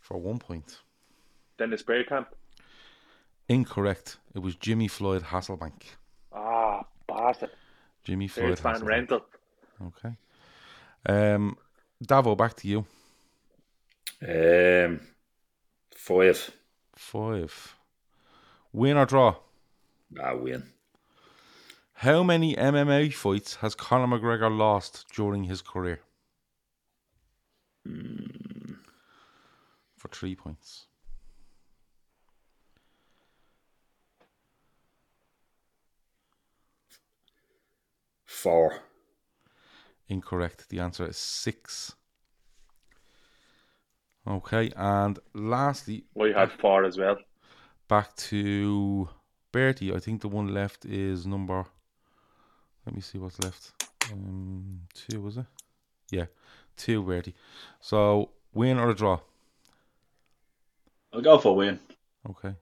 [SPEAKER 4] For one point.
[SPEAKER 5] Dennis Bergkamp.
[SPEAKER 4] Incorrect. It was Jimmy Floyd Hasselbank.
[SPEAKER 5] Ah, bastard.
[SPEAKER 4] Jimmy Floyd
[SPEAKER 5] There's Van
[SPEAKER 4] Hasselbank.
[SPEAKER 5] Rental.
[SPEAKER 4] Okay. Um, Davo, back to you.
[SPEAKER 7] Um, five.
[SPEAKER 4] Five. Win or draw?
[SPEAKER 7] I Ah, win.
[SPEAKER 4] How many MMA fights has Conor McGregor lost during his career? For three points.
[SPEAKER 7] Four.
[SPEAKER 4] Incorrect. The answer is six. Okay, and lastly,
[SPEAKER 5] We had four as well.
[SPEAKER 4] back to Bertie. I think the one left is number. Let me see what's left. Um, two was it? Yeah, two Bertie. So win or a draw?
[SPEAKER 6] I'll go for a win.
[SPEAKER 4] Okay.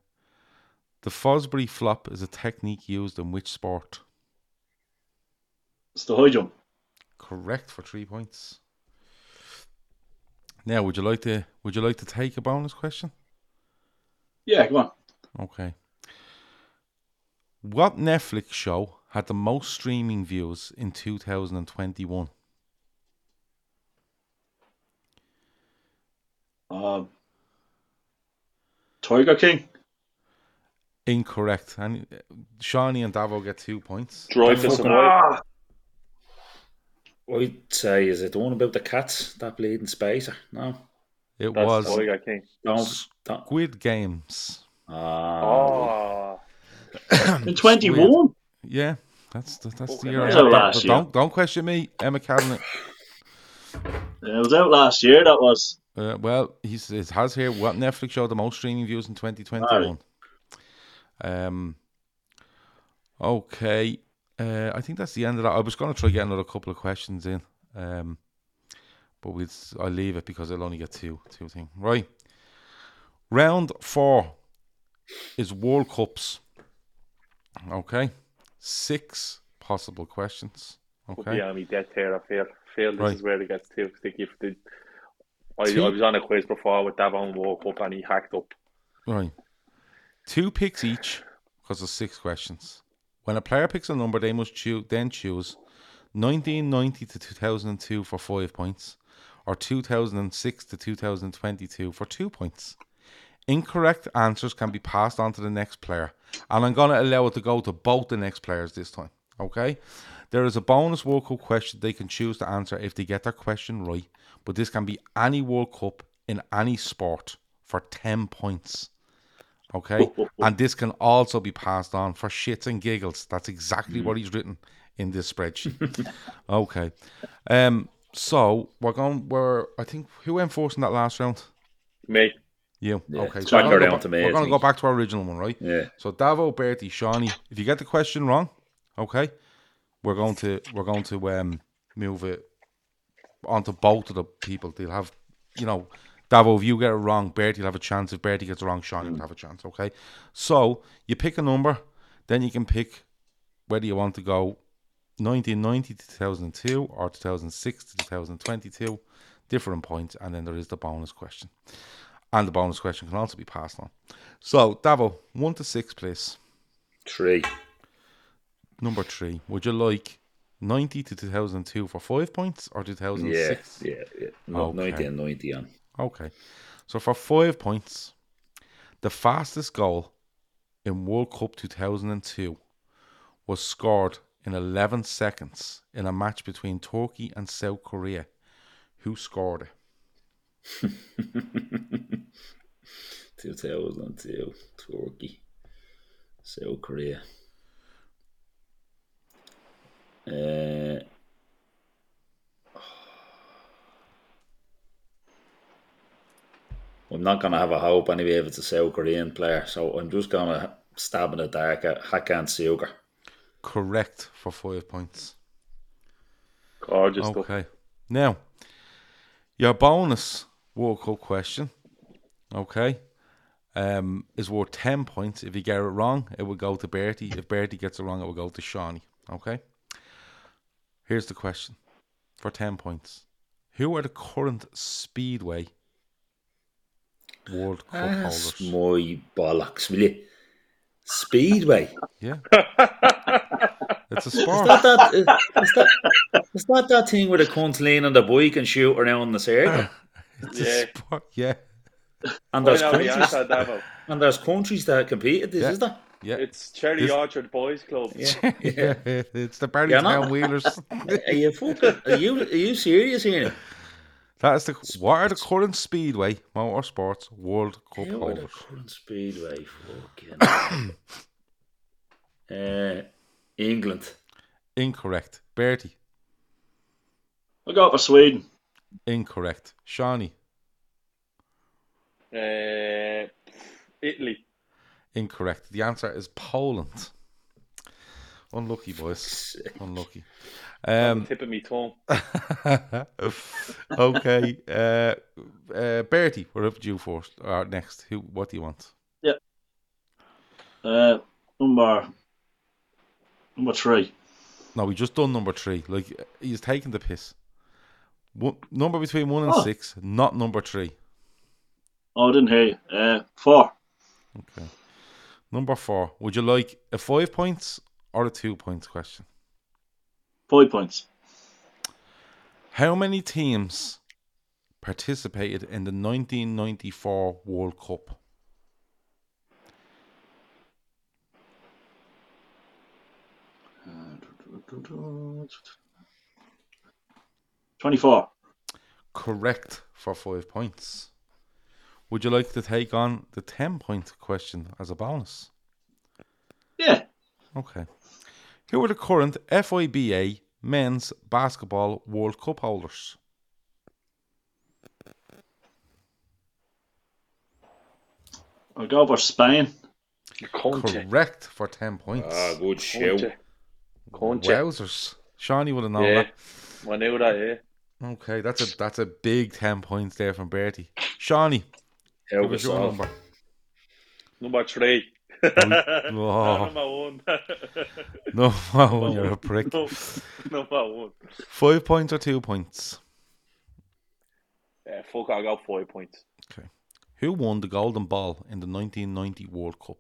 [SPEAKER 4] The Fosbury flop is a technique used in which sport?
[SPEAKER 6] It's the high jump.
[SPEAKER 4] Correct for three points. Now, would you like to? Would you like to take a bonus question?
[SPEAKER 6] Yeah, come on.
[SPEAKER 4] Okay. What Netflix show had the most streaming views in 2021?
[SPEAKER 6] Um, Tiger King.
[SPEAKER 4] Incorrect. And uh, Shawnee and Davo get two points.
[SPEAKER 5] Drive to survive.
[SPEAKER 7] I'd say, is it the one about the cats that bleeding spacer? No.
[SPEAKER 4] It
[SPEAKER 5] That's
[SPEAKER 4] was
[SPEAKER 5] Tiger King.
[SPEAKER 7] Don't. don't.
[SPEAKER 4] Squid Games.
[SPEAKER 7] Ah.
[SPEAKER 5] Oh,
[SPEAKER 6] Ah, In 21?
[SPEAKER 4] Yeah, that's the, that's the
[SPEAKER 5] Fucking
[SPEAKER 4] year.
[SPEAKER 5] hell.
[SPEAKER 4] I-
[SPEAKER 6] That was out last
[SPEAKER 4] Don't,
[SPEAKER 6] year.
[SPEAKER 4] don't question me, Emma Cabinet.
[SPEAKER 6] Yeah, it was out last year, that was.
[SPEAKER 4] Uh, well, he says has here what Netflix showed the most streaming views in 2021. Um. Okay, uh, I think that's the end of that. I was going to try get another couple of questions in, um, but we'll s- I'll leave it because I'll only get two two things. Right, round four is World Cups. Okay, six possible questions.
[SPEAKER 5] okay.
[SPEAKER 4] Okay,
[SPEAKER 5] yeah, me death here. I feel. feel this
[SPEAKER 4] Right.
[SPEAKER 5] is where it gets too sticky. If the, I,
[SPEAKER 4] Two-
[SPEAKER 5] I was on a quiz before with Davon woke up and he hacked up.
[SPEAKER 4] Right. Two picks each, because there's six questions. When a player picks a number, they must choose, then choose 1990 to 2002 for five points, or 2006 to 2022 for two points. Incorrect answers can be passed on to the next player, and I'm going to allow it to go to both the next players this time. Okay? There is a bonus World Cup question they can choose to answer if they get their question right, but this can be any World Cup in any sport for 10 points. Okay? and this can also be passed on for shits and giggles. That's
[SPEAKER 7] Mm.
[SPEAKER 4] exactly what he's written in this spreadsheet. okay. Um, so we're going, we're, I think, who went first in that last round?
[SPEAKER 5] Me.
[SPEAKER 4] You.
[SPEAKER 7] Yeah,
[SPEAKER 4] okay.
[SPEAKER 7] it's
[SPEAKER 4] we're
[SPEAKER 7] back
[SPEAKER 4] gonna go
[SPEAKER 7] around
[SPEAKER 4] ba-
[SPEAKER 7] to me,
[SPEAKER 4] We're
[SPEAKER 7] I
[SPEAKER 4] going to go
[SPEAKER 7] think.
[SPEAKER 4] back to our original one, right?
[SPEAKER 7] Yeah.
[SPEAKER 4] So Davo, Bertie, Shawnee, if you get the question wrong, okay, we're going to we're going to um move it onto both of the people. They'll have you know, Davo, if you get it wrong, Bertie will have a chance. If Bertie gets it wrong, Shawnee will have a chance, okay? So you pick a number, then you can pick whether you want to go 1990 to 2002 or 2006 to 2022, different points, and then there is the bonus question. And the bonus question can also be passed on. So, Davo, one to six, please.
[SPEAKER 7] Three.
[SPEAKER 4] Number three, would you like 90 to 2002 for five points or 2006?
[SPEAKER 7] Yeah, yeah, yeah. No,
[SPEAKER 4] Okay.
[SPEAKER 7] 90 and 90 on.
[SPEAKER 4] Okay. So for five points, the fastest goal in World Cup 2002 was scored in 11 seconds in a match between Turkey and South Korea. Who scored it?
[SPEAKER 7] 2002, Turkey, South Korea. Uh, I'm not going to have a hope anyway if it's a South Korean player, so I'm just going to stab in the dark at Hakan Sugar.
[SPEAKER 4] Correct for five points.
[SPEAKER 5] Gorgeous stuff.
[SPEAKER 4] Okay. Now, your bonus World Cup question, okay, um, is worth 10 points. If you get it wrong, it will go to Bertie. If Bertie gets it wrong, it will go to Shawnee, okay? Here's the question for 10 points Who are the current Speedway World
[SPEAKER 7] Ah,
[SPEAKER 4] Cup holders?
[SPEAKER 7] That's my bollocks, will you? Speedway.
[SPEAKER 4] yeah. it's a sport.
[SPEAKER 7] Is that that, is that, is that that thing where the cunt's lean on the bike and shoot around in the circle?
[SPEAKER 4] Ah. it's
[SPEAKER 5] Yeah.
[SPEAKER 4] a sport. Yeah.
[SPEAKER 7] And
[SPEAKER 5] I
[SPEAKER 7] there's
[SPEAKER 5] know the
[SPEAKER 7] countries,
[SPEAKER 5] answer, Davo.
[SPEAKER 7] and there's countries that compete at this,
[SPEAKER 4] Yeah.
[SPEAKER 7] is there?
[SPEAKER 4] Yeah.
[SPEAKER 5] It's Cherry
[SPEAKER 4] This-
[SPEAKER 5] Orchard Boys Club.
[SPEAKER 7] Yeah.
[SPEAKER 4] yeah. It's the
[SPEAKER 7] You're not-
[SPEAKER 4] Barrytown Wheelers.
[SPEAKER 7] Are you fucking? Are you are you serious here?
[SPEAKER 4] That is the what are the current Speedway Motorsports World Cup
[SPEAKER 7] How are the
[SPEAKER 4] holders?
[SPEAKER 7] current speedway fucking? uh, England.
[SPEAKER 4] Incorrect. Bertie,
[SPEAKER 6] I go for Sweden.
[SPEAKER 4] incorrect. Shawnee,
[SPEAKER 5] Uh, Italy.
[SPEAKER 4] incorrect. The answer is Poland. Unlucky boys. Unlucky. Um,
[SPEAKER 5] Tip of me tongue.
[SPEAKER 4] okay. Uh, uh, Bertie, we're up to you first or next. Who? What do you want?
[SPEAKER 6] Uh, number number three.
[SPEAKER 4] No, we just done number three. Like he's taking the piss. One, number between one and
[SPEAKER 6] Oh.
[SPEAKER 4] six, not number three.
[SPEAKER 6] Oh, I didn't hear you. Uh, four.
[SPEAKER 4] Okay. Number four. Would you like a five points or a two points question?
[SPEAKER 6] Five points.
[SPEAKER 4] How many teams participated in the 1994 World Cup?
[SPEAKER 6] Twenty-four.
[SPEAKER 4] Correct for five points. Would you like to take on the 10 point question as a bonus?
[SPEAKER 6] Yeah.
[SPEAKER 4] Okay. Who are the current FIBA Men's Basketball World Cup holders?
[SPEAKER 6] I go for Spain.
[SPEAKER 5] Conte.
[SPEAKER 4] Correct for 10 points.
[SPEAKER 7] Ah, good shout.
[SPEAKER 5] Conte. Conte.
[SPEAKER 4] Wowzers. Shawnee would have known
[SPEAKER 5] yeah.
[SPEAKER 4] that.
[SPEAKER 5] I knew that, yeah.
[SPEAKER 4] Okay, that's a that's a big ten points there from Bertie. Shawnee,
[SPEAKER 7] Help
[SPEAKER 4] give us
[SPEAKER 7] us
[SPEAKER 4] your
[SPEAKER 7] all.
[SPEAKER 4] number.
[SPEAKER 5] Number three.
[SPEAKER 4] Oh,
[SPEAKER 5] Number one.
[SPEAKER 4] no, oh, you're a prick.
[SPEAKER 5] No, Number one.
[SPEAKER 4] Five points or two points.
[SPEAKER 5] Yeah, Uh, fuck, I got five points.
[SPEAKER 4] Okay. Who won the Golden Ball in the 1990 World Cup?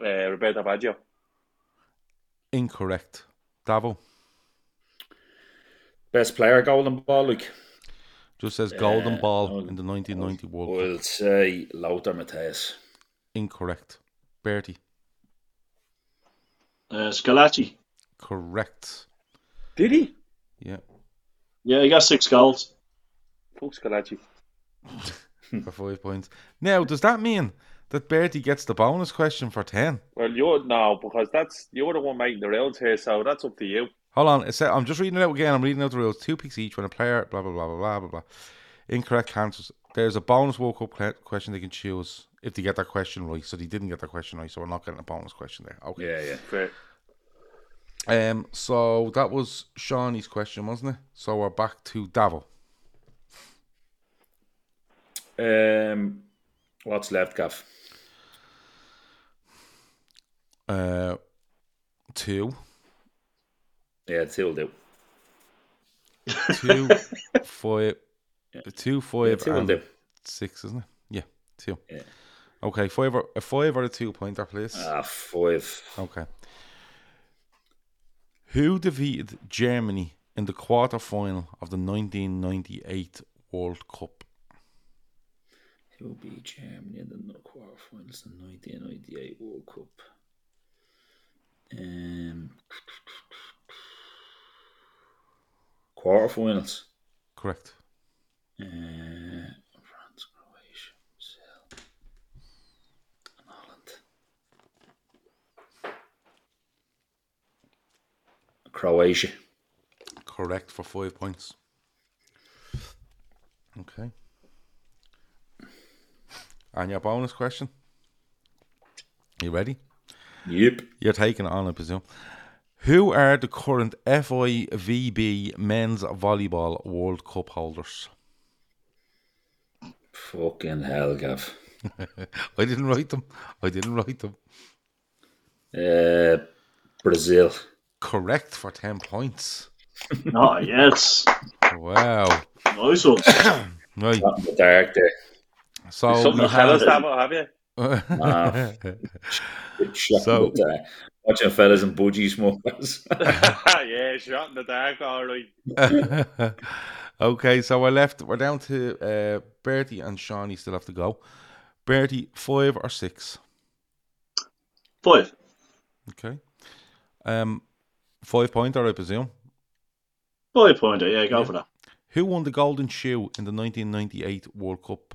[SPEAKER 5] Uh, Roberto Baggio.
[SPEAKER 4] Incorrect. Davo,
[SPEAKER 7] Best player golden ball, like
[SPEAKER 4] Just says golden
[SPEAKER 7] Uh,
[SPEAKER 4] ball
[SPEAKER 7] no,
[SPEAKER 4] in the 1990 World Cup.
[SPEAKER 7] We'll say Lothar Matthäus.
[SPEAKER 4] Incorrect. Bertie,
[SPEAKER 6] Uh, Scalacci.
[SPEAKER 4] correct.
[SPEAKER 5] Did he?
[SPEAKER 4] Yeah,
[SPEAKER 6] Yeah, he got six goals.
[SPEAKER 5] Fuck Scalacci.
[SPEAKER 4] for five points. Now, does that mean that Bertie gets the bonus question for 10?
[SPEAKER 5] Well, you're no, because that's you're the one making the rounds here, so that's up to you.
[SPEAKER 4] Hold on, it's, I'm just reading it out again. I'm reading out the rules. Two picks each when a player, blah, blah, blah, blah, blah, blah, blah. Incorrect answers. There's a bonus World Cup cl- question they can choose if they get that question right. So they didn't get that question right, so we're not getting a bonus question there. Okay.
[SPEAKER 7] Yeah, yeah.
[SPEAKER 5] Fair.
[SPEAKER 4] Um. So that was Shawnee's question, wasn't it? So we're back to Davo.
[SPEAKER 7] Um, what's left, Gav?
[SPEAKER 4] Uh, two,
[SPEAKER 7] Yeah, two will do.
[SPEAKER 4] two, five, two,
[SPEAKER 7] Yeah,
[SPEAKER 4] five,
[SPEAKER 7] two will
[SPEAKER 4] and
[SPEAKER 7] do.
[SPEAKER 4] six, isn't it? Yeah, two.
[SPEAKER 7] Yeah.
[SPEAKER 4] Okay, five or a five or a two pointer, please.
[SPEAKER 7] Ah, five.
[SPEAKER 4] Okay. Who defeated Germany in the quarter final of the 1998 World Cup?
[SPEAKER 7] He'll be Germany in the quarterfinals in 1998 World Cup. Um, quarterfinals.
[SPEAKER 4] Correct.
[SPEAKER 7] Uh, France, Croatia, Brazil, and Holland. Croatia.
[SPEAKER 4] Correct for five points. Okay. And your bonus question. You ready?
[SPEAKER 7] Yep.
[SPEAKER 4] You're taking it on, I presume. Who are the current FIVB Men's Volleyball World Cup holders?
[SPEAKER 7] Fucking hell, Gav.
[SPEAKER 4] I didn't write them. I didn't write them.
[SPEAKER 7] Uh, Brazil.
[SPEAKER 4] Correct for 10 points.
[SPEAKER 6] Oh, yes.
[SPEAKER 4] Wow.
[SPEAKER 6] Nice one.
[SPEAKER 4] Right.
[SPEAKER 7] Not in the dark there.
[SPEAKER 4] So,
[SPEAKER 5] Something
[SPEAKER 4] we
[SPEAKER 5] to tell us,
[SPEAKER 4] Oh, have,
[SPEAKER 5] Davo, have you?
[SPEAKER 7] Nah. Good shot in
[SPEAKER 4] So-
[SPEAKER 7] the dark. Watching fellas and budgies smokers.
[SPEAKER 5] yeah, shot in the dark. All right.
[SPEAKER 4] okay, so we're left. We're down to uh, Bertie and Shawnee still have to go. Bertie, five or six?
[SPEAKER 6] Five.
[SPEAKER 4] Okay. Um, five pointer, I presume.
[SPEAKER 6] Five pointer. Yeah, go for that.
[SPEAKER 4] Who won the Golden Shoe in the 1998 World Cup?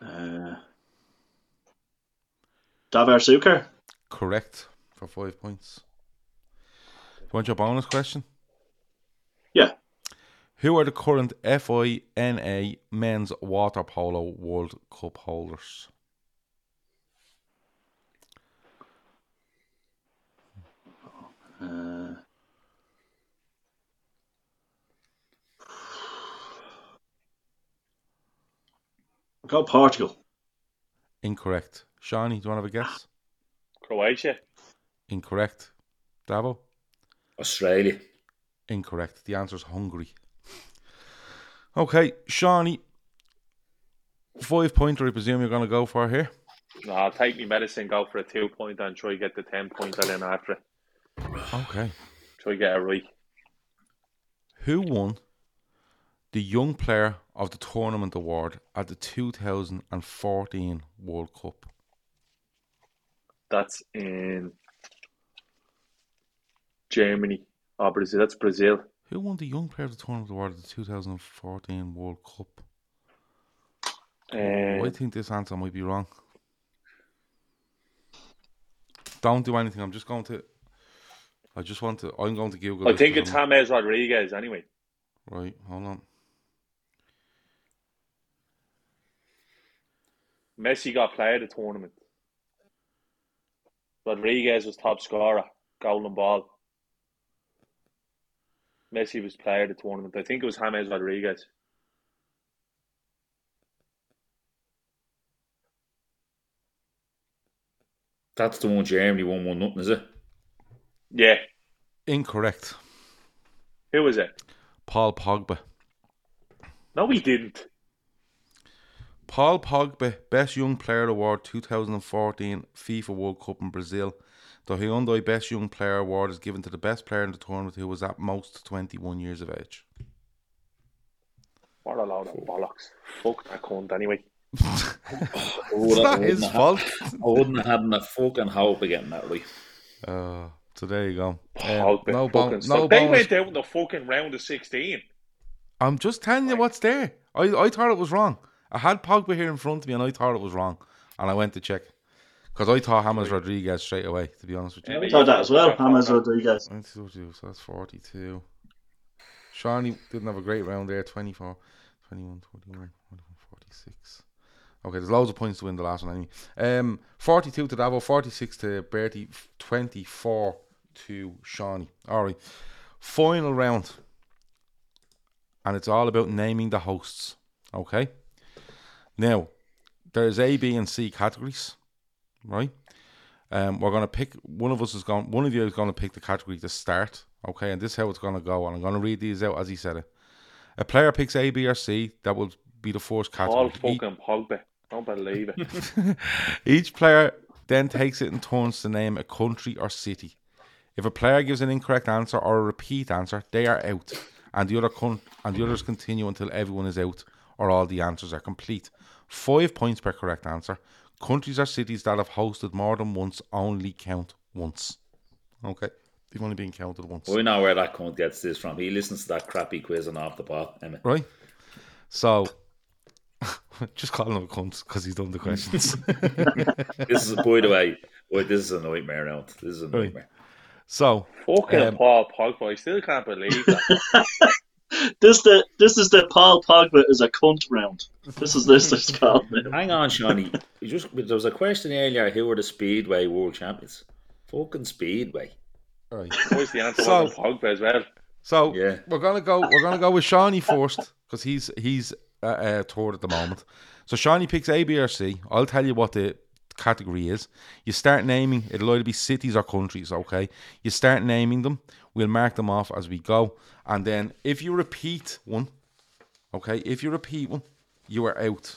[SPEAKER 6] Uh, Davar Sukar.
[SPEAKER 4] Correct for five points. Do you want your bonus question?
[SPEAKER 6] Yeah.
[SPEAKER 4] Who are the current FINA Men's Water Polo World Cup holders?
[SPEAKER 6] Uh, go Portugal.
[SPEAKER 4] Incorrect. Shawnee, do you want to have a guess?
[SPEAKER 5] Croatia.
[SPEAKER 4] Incorrect. Davo?
[SPEAKER 7] Australia.
[SPEAKER 4] Incorrect. The answer is Hungary. Okay, Shawnee. Five pointer, I presume you're going to go for here.
[SPEAKER 5] No, I'll take me medicine, go for a two point and try to get the ten pointer then after it.
[SPEAKER 4] Okay.
[SPEAKER 5] Try to get a right.
[SPEAKER 4] Who won the Young Player of the Tournament award at the 2014 World Cup?
[SPEAKER 5] That's in Germany or Brazil. That's Brazil.
[SPEAKER 4] Who won the Young Player of the Tournament award at the 2014 World Cup? I
[SPEAKER 5] Um,
[SPEAKER 4] think this answer might be wrong. Don't do anything. I'm just going to. I just want to. I'm going to Google.
[SPEAKER 5] Um, I
[SPEAKER 4] this
[SPEAKER 5] think
[SPEAKER 4] because
[SPEAKER 5] it's
[SPEAKER 4] I'm-
[SPEAKER 5] James Rodriguez anyway.
[SPEAKER 4] Right. Hold on.
[SPEAKER 5] Messi got player of the tournament. Rodriguez was top scorer, golden ball. Messi was player of the tournament. I think it was James Rodriguez.
[SPEAKER 7] That's the one Germany won one nothing, is it?
[SPEAKER 5] Yeah.
[SPEAKER 4] Incorrect.
[SPEAKER 5] Who was it?
[SPEAKER 4] Paul Pogba.
[SPEAKER 5] No, he didn't.
[SPEAKER 4] Paul Pogba, Best Young Player Award 2014 FIFA World Cup in Brazil. The Hyundai Best Young Player Award is given to the best player in the tournament who was at most 21 years of age.
[SPEAKER 5] What a load of bollocks. Fuck that cunt anyway.
[SPEAKER 4] It's
[SPEAKER 7] I
[SPEAKER 4] not
[SPEAKER 7] wouldn't
[SPEAKER 4] his
[SPEAKER 7] have-
[SPEAKER 4] fault.
[SPEAKER 7] I wouldn't have had a fucking hope of getting that right.
[SPEAKER 4] Uh, so there you go. Um,
[SPEAKER 5] Pogba,
[SPEAKER 4] no bon-
[SPEAKER 5] fucking
[SPEAKER 4] no
[SPEAKER 5] stuff. They
[SPEAKER 4] bonus.
[SPEAKER 5] went out in the fucking round of 16.
[SPEAKER 4] I'm just telling you what's there. I, I thought it was wrong. I had Pogba here in front of me and I thought it was wrong. And I went to check. Because I thought Hamas Rodriguez straight away, to be honest with you.
[SPEAKER 5] Yeah, but
[SPEAKER 6] Thought that as well. James
[SPEAKER 5] Yeah.
[SPEAKER 6] Rodriguez.
[SPEAKER 4] 92, so that's 42. Shawnee didn't have a great round there 24, 21, 21, 21, 46. Okay, there's loads of points to win the last one anyway. Um, 42 to Davo, 46 to Bertie, 24 to Shawnee. All right, final round. And it's all about naming the hosts. Okay? Now, there's A, B, and C categories, right? Um, we're gonna pick one of us is going. One of you is gonna pick the category to start. Okay, and this is how it's gonna go. And I'm gonna read these out as he said it. A player picks A, B, or C. That will be the first
[SPEAKER 5] All
[SPEAKER 4] category. E-
[SPEAKER 5] fucking Pogba. Don't believe it.
[SPEAKER 4] each player then takes it in turns to name a country or city. If a player gives an incorrect answer or a repeat answer, they are out, and the other con- and the others continue until everyone is out or all the answers are complete. Five points per correct answer. Countries or cities that have hosted more than once only count once. Okay, they've only been counted once.
[SPEAKER 7] We know where that cunt gets this from. He listens to that crappy quiz and off the pot. Emma.
[SPEAKER 4] right? So, just calling him a cunt because he's done the questions.
[SPEAKER 7] This is, by the way, boy, this is a nightmare round. This is a
[SPEAKER 4] Right.
[SPEAKER 7] nightmare.
[SPEAKER 4] so,
[SPEAKER 5] fucking
[SPEAKER 4] Um,
[SPEAKER 5] Paul Pogba. I still can't believe that.
[SPEAKER 6] This the this is the Paul Pogba is a cunt round. This is this is called. now.
[SPEAKER 7] Hang on, Shawnee. You just there was a question earlier. Who were the Speedway World Champions? Fucking Speedway.
[SPEAKER 4] right.
[SPEAKER 5] Of course, the answer
[SPEAKER 4] So-
[SPEAKER 5] was Pogba as well.
[SPEAKER 4] So
[SPEAKER 7] Yeah.
[SPEAKER 4] we're gonna go. We're gonna go with Shawnee first because he's he's uh, uh, toured at the moment. So Shawnee picks A, B, or C. I'll tell you what the category is. You start naming. It'll either be cities or countries. Okay. You start naming them. We'll mark them off as we go, and then if you repeat one, okay. If you repeat one, you are out.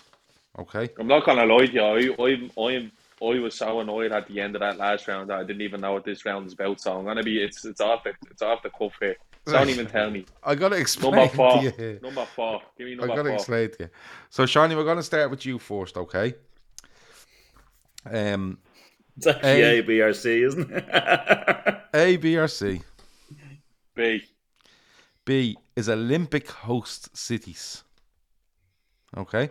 [SPEAKER 4] Okay.
[SPEAKER 5] I'm not gonna lie to you. I, I, I, I was so annoyed at the end of that last round that I didn't even know what this round is about. So I'm gonna be it's it's off the it's off the cuff here. Don't even tell me.
[SPEAKER 4] I gotta explain.
[SPEAKER 5] Number
[SPEAKER 4] to
[SPEAKER 5] four.
[SPEAKER 4] you here.
[SPEAKER 5] Number four. Give me
[SPEAKER 4] I
[SPEAKER 5] number
[SPEAKER 4] gotta
[SPEAKER 5] four.
[SPEAKER 4] explain to you. So Shawnee, we're gonna start with you first. Okay. Um.
[SPEAKER 7] It's actually
[SPEAKER 4] Hey.
[SPEAKER 7] A, B, or C, isn't it?
[SPEAKER 4] A, B, or C.
[SPEAKER 5] B.
[SPEAKER 4] B is Olympic host cities. Okay.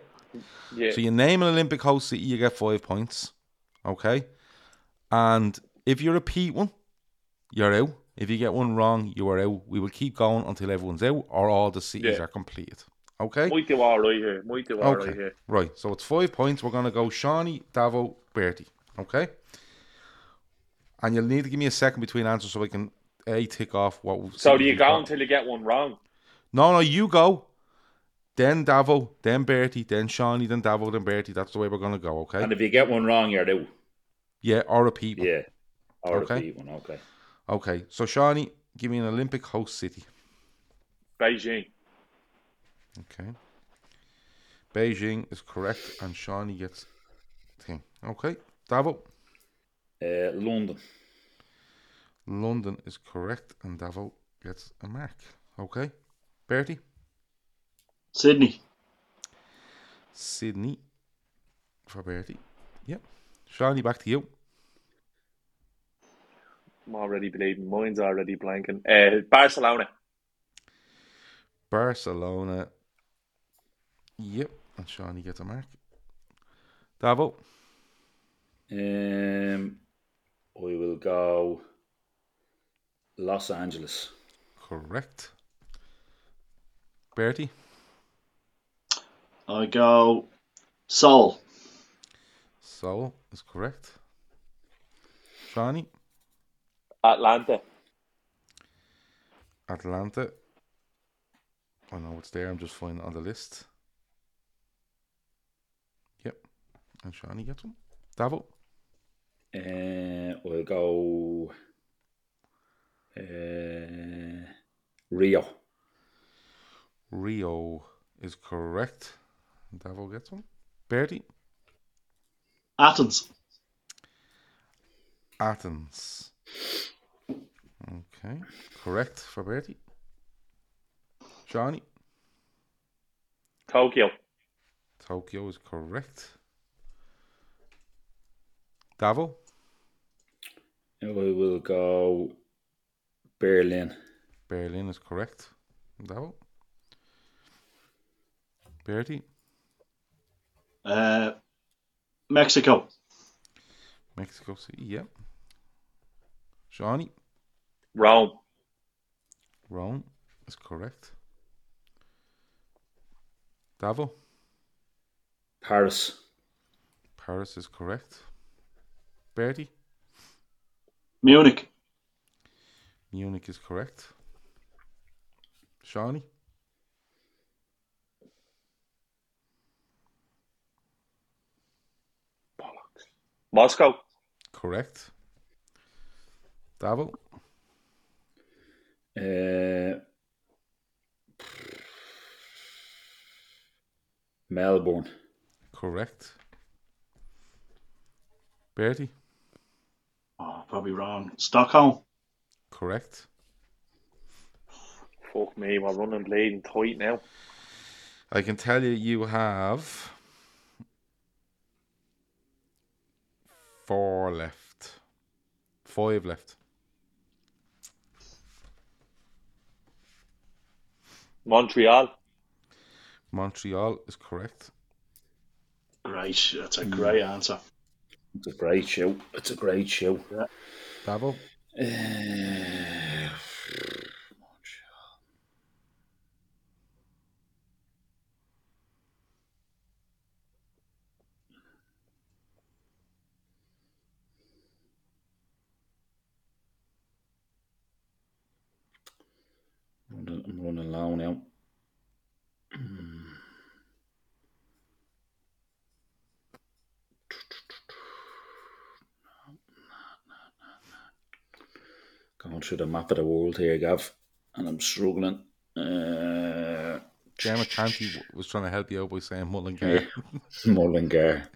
[SPEAKER 5] Yeah.
[SPEAKER 4] So you name an Olympic host city, you get five points. Okay. And if you repeat one, you're out. If you get one wrong, you are out. We will keep going until everyone's out or all the cities
[SPEAKER 5] Yeah.
[SPEAKER 4] are completed. Okay.
[SPEAKER 5] Might do all right here. Might do all right
[SPEAKER 4] Okay.
[SPEAKER 5] here.
[SPEAKER 4] Right. So it's five points. We're gonna go Shawnee, Davo, Bertie. Okay. And you'll need to give me a second between answers so I can a tick off what.
[SPEAKER 5] So
[SPEAKER 4] cities
[SPEAKER 5] do you
[SPEAKER 4] we've
[SPEAKER 5] go
[SPEAKER 4] got.
[SPEAKER 5] until you get one wrong?
[SPEAKER 4] No, no, you go. Then Davo, then Bertie, then Shawnee, then Davo, then Bertie. That's the way we're gonna go, okay?
[SPEAKER 7] and if you get one wrong, you're out.
[SPEAKER 4] yeah, or repeat. one.
[SPEAKER 7] Yeah. Or
[SPEAKER 4] Okay.
[SPEAKER 7] okay. repeat one. Okay.
[SPEAKER 4] Okay. So Shawnee, give me an Olympic host city.
[SPEAKER 5] Beijing.
[SPEAKER 4] Okay. Beijing is correct, and Shawnee gets thing. Okay. Davo,
[SPEAKER 7] Uh, London.
[SPEAKER 4] London is correct, and Davo gets a mark. Okay. Bertie,
[SPEAKER 6] Sydney,
[SPEAKER 4] Sydney for Bertie. Yep. Shawnee, back to you.
[SPEAKER 5] I'm already believing. Mine's already blanking. Uh, Barcelona.
[SPEAKER 4] Barcelona. Yep, and Shawnee gets a mark. Davo,
[SPEAKER 7] Um, we will go Los Angeles.
[SPEAKER 4] correct. Bertie,
[SPEAKER 6] I go Seoul,
[SPEAKER 4] Seoul is correct. Shawnee,
[SPEAKER 5] Atlanta.
[SPEAKER 4] Atlanta. I know it's there, I'm just finding it on the list. Yep, and Shawnee gets one. Davo,
[SPEAKER 7] Uh, we'll go uh, Rio.
[SPEAKER 4] Rio is correct. Davo gets one. Bertie?
[SPEAKER 6] Athens.
[SPEAKER 4] Athens. Okay. Correct for Bertie. Johnny?
[SPEAKER 5] Tokyo.
[SPEAKER 4] Tokyo is correct. Davo?
[SPEAKER 7] We will go Berlin.
[SPEAKER 4] Berlin is correct. Davo? Bertie?
[SPEAKER 6] Uh, Mexico.
[SPEAKER 4] Mexico City, yep. Johnny?
[SPEAKER 5] Rome.
[SPEAKER 4] Rome is correct. Davo?
[SPEAKER 7] Paris.
[SPEAKER 4] Paris is correct. Bertie?
[SPEAKER 6] Munich.
[SPEAKER 4] Munich is correct. Shawnee?
[SPEAKER 5] Moscow.
[SPEAKER 4] Correct. Davo?
[SPEAKER 7] Uh, Melbourne.
[SPEAKER 4] Correct. Bertie?
[SPEAKER 6] Oh, probably wrong. Stockholm.
[SPEAKER 4] Correct.
[SPEAKER 5] Fuck me, we're running bleeding tight now.
[SPEAKER 4] I can tell you, you have four left, five left.
[SPEAKER 5] Montreal.
[SPEAKER 4] Montreal is correct.
[SPEAKER 6] Great. That's a great answer.
[SPEAKER 7] It's a great show. It's a great show.
[SPEAKER 4] Davo,
[SPEAKER 7] Uh, I'm running- I'm running low now. Going through the map of the world here, Gav, and I'm struggling. Uh,
[SPEAKER 4] Gemma Canty w- was trying to help you out by saying Mullingar.
[SPEAKER 7] Mullingar.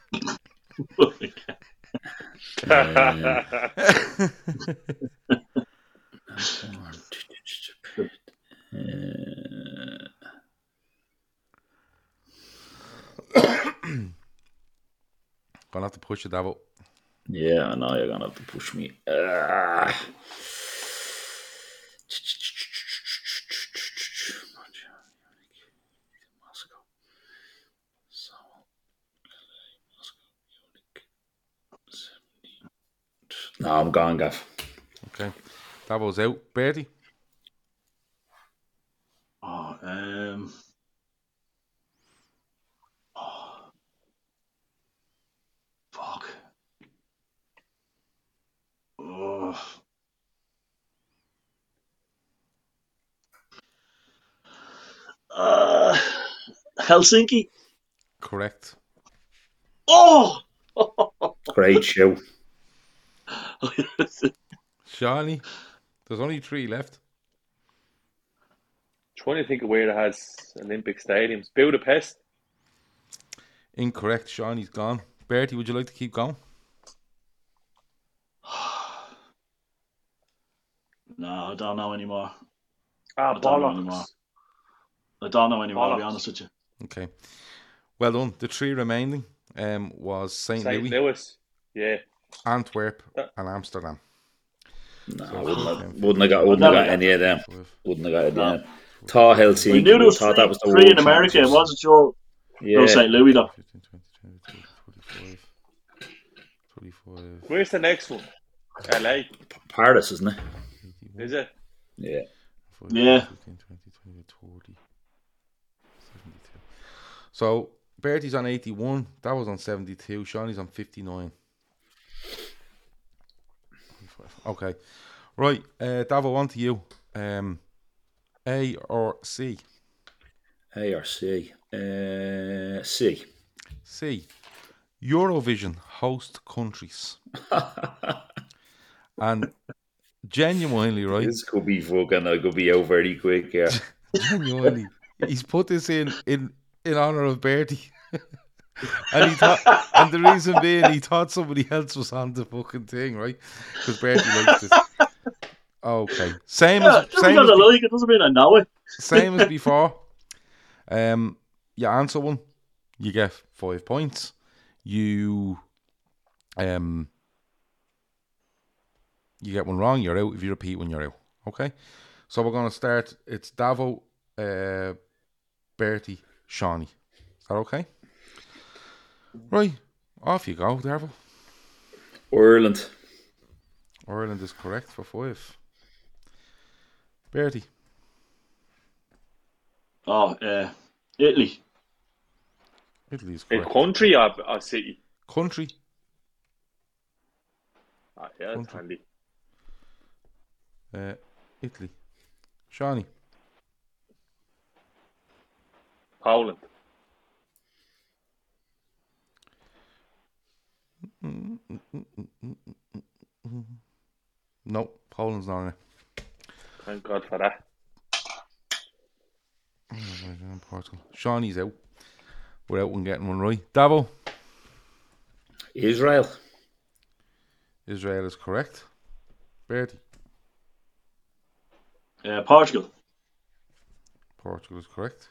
[SPEAKER 4] Gonna have to push it, Davo.
[SPEAKER 7] Yeah, I know you're gonna have to push me. Ah. No, I'm gone, Gav.
[SPEAKER 4] Okay. Davo's out. Bertie,
[SPEAKER 6] Oh, um, oh, fuck. Oh. Uh, Helsinki.
[SPEAKER 4] correct.
[SPEAKER 6] Oh,
[SPEAKER 7] Great show.
[SPEAKER 4] Shawnee, there's only three left.
[SPEAKER 5] Trying to think of where it has Olympic stadiums. Budapest.
[SPEAKER 4] Incorrect. Shawnee's gone. Bertie, would you like to keep going?
[SPEAKER 6] no, I don't know anymore.
[SPEAKER 5] Ah,
[SPEAKER 6] I don't know anymore.
[SPEAKER 5] bollocks.
[SPEAKER 6] I don't know anymore. I'll be
[SPEAKER 5] Bollocks.
[SPEAKER 6] honest with you.
[SPEAKER 4] Okay. Well done. The three remaining um, was St.
[SPEAKER 5] St.
[SPEAKER 4] Louis,
[SPEAKER 5] Louis. Yeah.
[SPEAKER 4] Antwerp,
[SPEAKER 5] Uh,
[SPEAKER 4] and Amsterdam.
[SPEAKER 7] No, I wouldn't have, wouldn't have got, wouldn't have got any of them. Wouldn't have got any of them. Thought Helsinki.
[SPEAKER 6] We knew there was
[SPEAKER 7] thought
[SPEAKER 6] three,
[SPEAKER 7] that was the
[SPEAKER 6] three in
[SPEAKER 7] world
[SPEAKER 6] America. It
[SPEAKER 7] champions.
[SPEAKER 6] wasn't sure.
[SPEAKER 7] Yeah.
[SPEAKER 6] No, St. Louis though.
[SPEAKER 4] 15, 20, 22, 25, 25,
[SPEAKER 5] Where's the next one? LA,
[SPEAKER 7] Paris, isn't it?
[SPEAKER 4] 81,
[SPEAKER 5] is it?
[SPEAKER 7] Yeah.
[SPEAKER 4] 40,
[SPEAKER 6] Yeah.
[SPEAKER 4] 15, 20, 20, 40, 72. So Bertie's on 81. That was on 72. Shawnee's on 59. Okay. Right. Uh, Davo, on to you. Um, A or C?
[SPEAKER 7] A or C? Uh, C.
[SPEAKER 4] C. Eurovision host countries. and genuinely, right?
[SPEAKER 7] This could be fucking. I could be out very quick. Yeah.
[SPEAKER 4] Genuinely, he's put this in in in honor of Bertie. and he thought, and the reason being, he thought somebody else was on the fucking thing, right? Because Bertie likes it. Okay, same
[SPEAKER 6] Yeah,
[SPEAKER 4] as
[SPEAKER 6] just
[SPEAKER 4] same
[SPEAKER 6] because
[SPEAKER 4] as,
[SPEAKER 6] I like it doesn't mean I know it.
[SPEAKER 4] same as before. Um, you answer one, you get five points. You, um, you get one wrong, you're out. If you repeat one, you're out. Okay, so we're gonna start. It's Davo, uh, Bertie, Shawnee. Is that okay? Right, off you go, Davo.
[SPEAKER 7] Ireland,
[SPEAKER 4] Ireland is correct for five. Bertie,
[SPEAKER 6] Oh, uh, Italy.
[SPEAKER 4] Italy is
[SPEAKER 5] A
[SPEAKER 4] correct.
[SPEAKER 5] country or a city?
[SPEAKER 4] Country,
[SPEAKER 5] Ah, yeah, that's
[SPEAKER 4] Country.
[SPEAKER 5] handy.
[SPEAKER 4] uh, Italy, Shawnee.
[SPEAKER 5] Poland.
[SPEAKER 4] No, Poland's not in it.
[SPEAKER 5] Thank God for that.
[SPEAKER 4] Right, and Portugal. Shawnee's out. We're out and getting one right. Davo,
[SPEAKER 7] Israel,
[SPEAKER 4] Israel is correct. Bertie,
[SPEAKER 6] Uh, Portugal.
[SPEAKER 4] Portugal is correct.